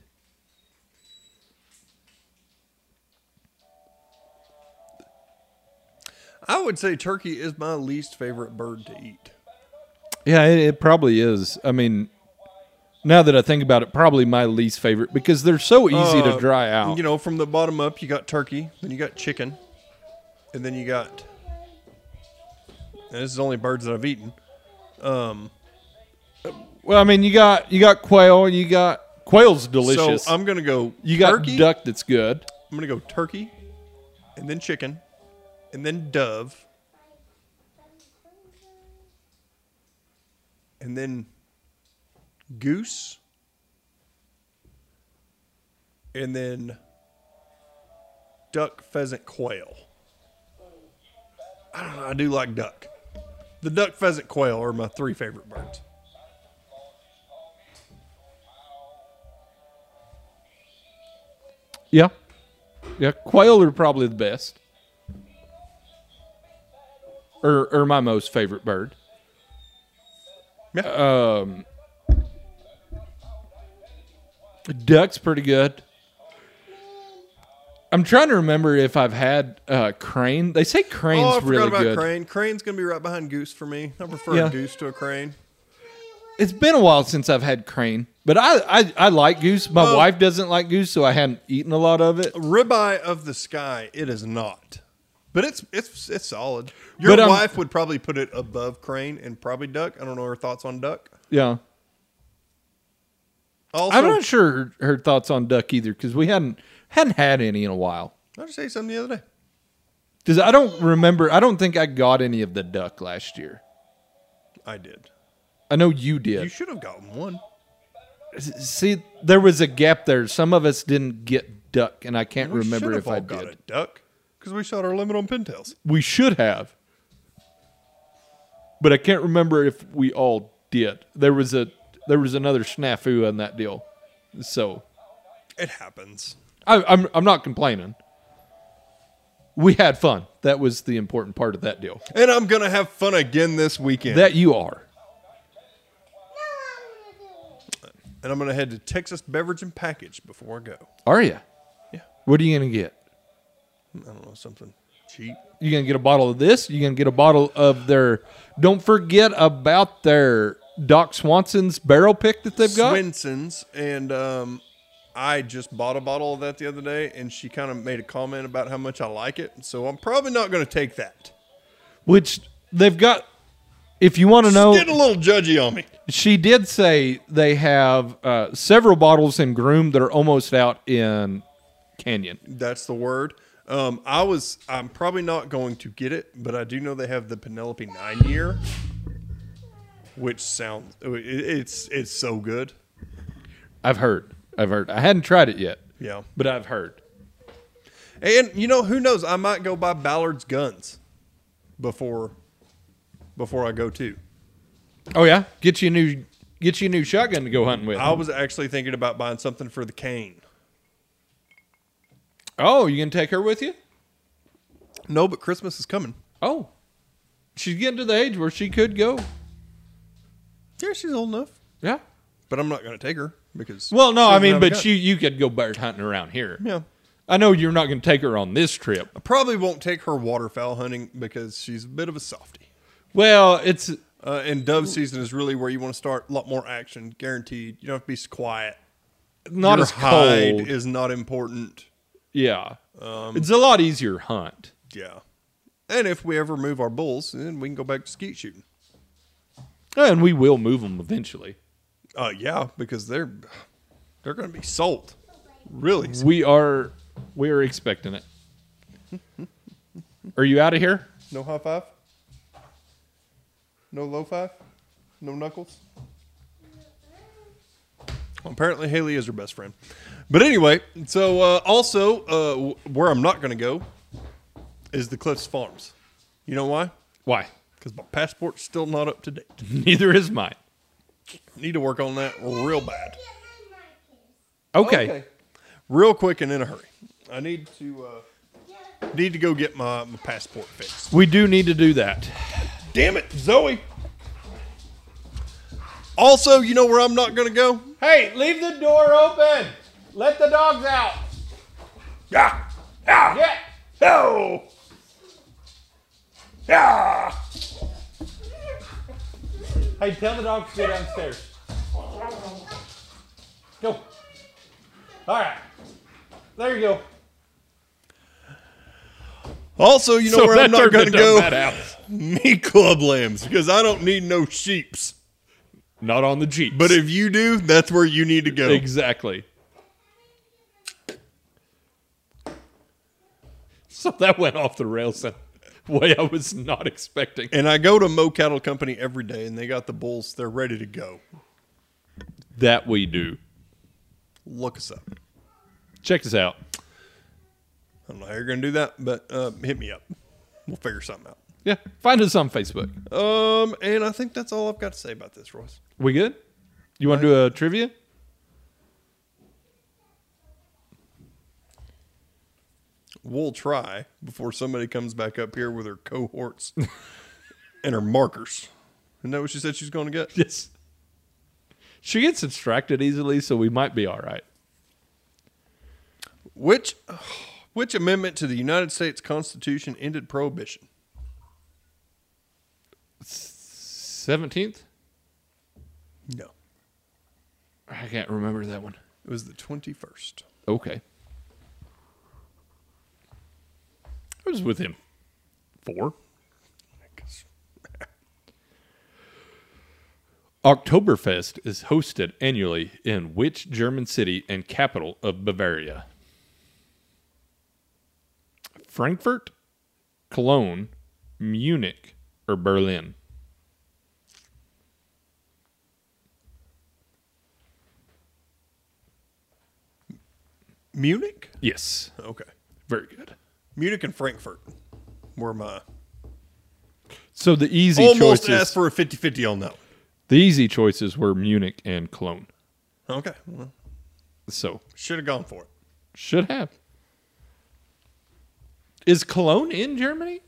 I would say turkey is my least favorite bird to eat. Yeah, it, it probably is. I mean, now that I think about it, probably my least favorite because they're so easy Uh, to dry out. You know, from the bottom up, you got turkey, then you got chicken, and then you got. And this is only birds that I've eaten. well, I mean, you got you got quail, you got quail's delicious. So I'm gonna go. you got turkey, duck that's good. I'm gonna go turkey, and then chicken, and then dove, and then goose, and then duck, pheasant, quail. I don't know. I do like duck. The duck, pheasant, quail are my three favorite birds. Yeah, yeah, quail are probably the best, or or my most favorite bird. Yeah. Um, Duck's pretty good. I'm trying to remember if I've had uh, crane. They say crane's oh, I forgot really about good. crane. Crane's gonna be right behind goose for me. I prefer Yeah. a goose to a crane. It's been a while since I've had crane, but I I, I like goose. My Well- wife doesn't like goose, so I hadn't eaten a lot of it. Ribeye of the sky. It is not, but it's it's it's solid. Your But, um, wife would probably put it above crane and probably duck. I don't know her thoughts on duck. Yeah, Also, I'm not sure her, her thoughts on duck either because we hadn't hadn't had any in a while. I just ate something the other day. Because I don't remember. I don't think I got any of the duck last year. I did. I know you did. You should have gotten one. See, there was a gap there. Some of us didn't get duck, and I can't We remember should if have I all got did. a duck because we shot our limit on pintails. We should have, but I can't remember if we all did. There was a there was another snafu on that deal, so It happens. I, I'm I'm not complaining. We had fun. That was the important part of that deal. And I'm gonna have fun again this weekend. That you are. and I'm gonna head to Texas Beverage and Package before I go. Are you? Yeah. What are you gonna get? I don't know something cheap. You gonna get a bottle of this? You gonna get a bottle of their? Don't forget about their Doc Swanson's barrel pick that they've got. Swenson's, and um, I just bought a bottle of that the other day, and she kind of made a comment about how much I like it. So I'm probably not going to take that. which they've got. If you want to know, She's getting a little judgy on me. she did say they have uh, several bottles in Groom that are almost out in Canyon. That's the word. Um, I was. I'm probably not going to get it, but I do know they have the Penelope Nine Year, which sounds it- it's it's so good. I've heard. I've heard. I hadn't tried it yet, Yeah, but I've heard. and you know who knows? I might go buy Ballard's guns before before I go too. Oh yeah, get you a new get you a new shotgun to go hunting with. I was actually thinking about buying something for the cane. oh, you gonna take her with you? No, but Christmas is coming. Oh, she's getting to the age where she could go. Yeah, she's old enough. Yeah. But I'm not going to take her because. Well, no, she I doesn't mean, have a but gun. you you could go bird hunting around here. Yeah. I know you're not gonna take her on this trip. I probably won't take her waterfowl hunting because she's a bit of a softie. Well, it's Uh, and dove season is really where you want to start. A lot more action, guaranteed. You don't have to be s- quiet. not Your as hide cold. is um, not important. Yeah. it's a lot easier hunt. Yeah. And if we ever move our bulls, then we can go back to skeet shooting. And we will move them eventually. Uh, yeah, because they're they're going to be sold. Really? We are we are expecting it. Are you out of here? No high five? No low five? No knuckles? Apparently, Haley is her best friend. But anyway, so uh, also, uh, w- where I'm not going to go is the Cliffs Farms. You know why? Why? Because my passport's still not up to date. Neither is mine. Need to work on that real bad. Okay. Real quick and in a hurry. I need to. Uh, Need to go get my, my passport fixed. We do need to do that. Damn it, Zoe. Also, you know where I'm not going to go? Hey, leave the door open. Let the dogs out. Ah! Ah! Yeah. No! Ah! Hey, tell the dogs to go downstairs. Go. All right. There you go. Also, you know where I'm not going to That go? out. Meat club lambs, because I don't need no sheeps. Not on the jeep. But if you do, that's where you need to go. Exactly. So that went off the rails in a way I was not expecting. And I go to Mo Cattle Company every day, and they got the bulls. They're ready to go. That we do. Look us up. I Check us out. don't know how you're going to do that, but uh, hit me up. We'll figure something out. Yeah. Find us on Facebook. Um, and I think that's all I've got to say about this, Royce. We good? You want to do a trivia? We'll try before somebody comes back up here with her cohorts and her markers. Isn't that what she said she's going to get? Yes. She gets distracted easily, so we might be all right. Which which amendment to the United States Constitution ended prohibition? Seventeenth? No. I can't remember that one. It was the 21st. Okay. I was with him. Four. Oktoberfest is hosted annually in which German city and capital of Bavaria? Frankfurt, Cologne, Munich, or Berlin? Munich? Yes. Okay. Very good. Munich and Frankfurt were my So the easy almost choices asked for a 50-50 on that one. the easy choices were Munich and Cologne. Okay. Well, So should have gone for it. should have. Is Cologne in Germany?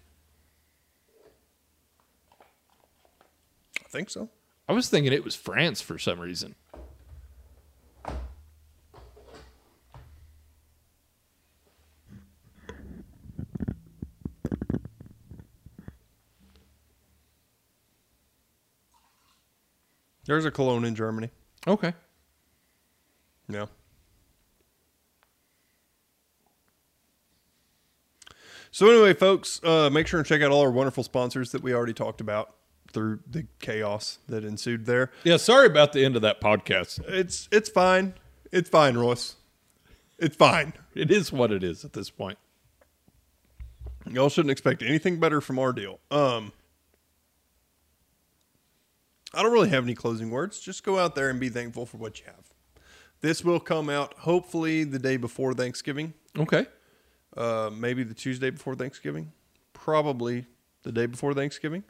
I think so. I was thinking it was France for some reason. There's a cologne in Germany. Okay. Yeah. So anyway, folks, uh, make sure and check out all our wonderful sponsors that we already talked about through the chaos that ensued there. Yeah, sorry about the end of that podcast. It's it's fine. It's fine, Royce. It's fine. It is what it is at this point. Y'all shouldn't expect anything better from our deal. Um I don't really have any closing words. Just go out there and be thankful for what you have. This will come out hopefully the day before Thanksgiving. Okay. uh, maybe the Tuesday before Thanksgiving, probably the day before Thanksgiving.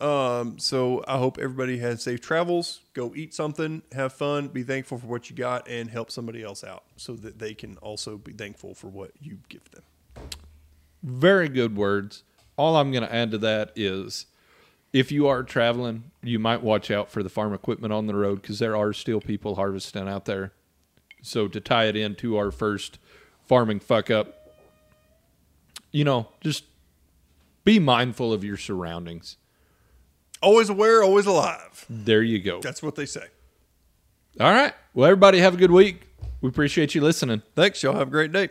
Um, so I hope everybody has safe travels. Go eat something, have fun, be thankful for what you got, and help somebody else out so that they can also be thankful for what you give them. Very good words. All I'm going to add to that is if you are traveling, you might watch out for the farm equipment on the road because there are still people harvesting out there. So, to tie it into our first farming fuck up, you know, just be mindful of your surroundings. Always aware, always alive. There you go. That's what they say. All right. Well, everybody have a good week. We appreciate you listening. Thanks, y'all. Have a great day.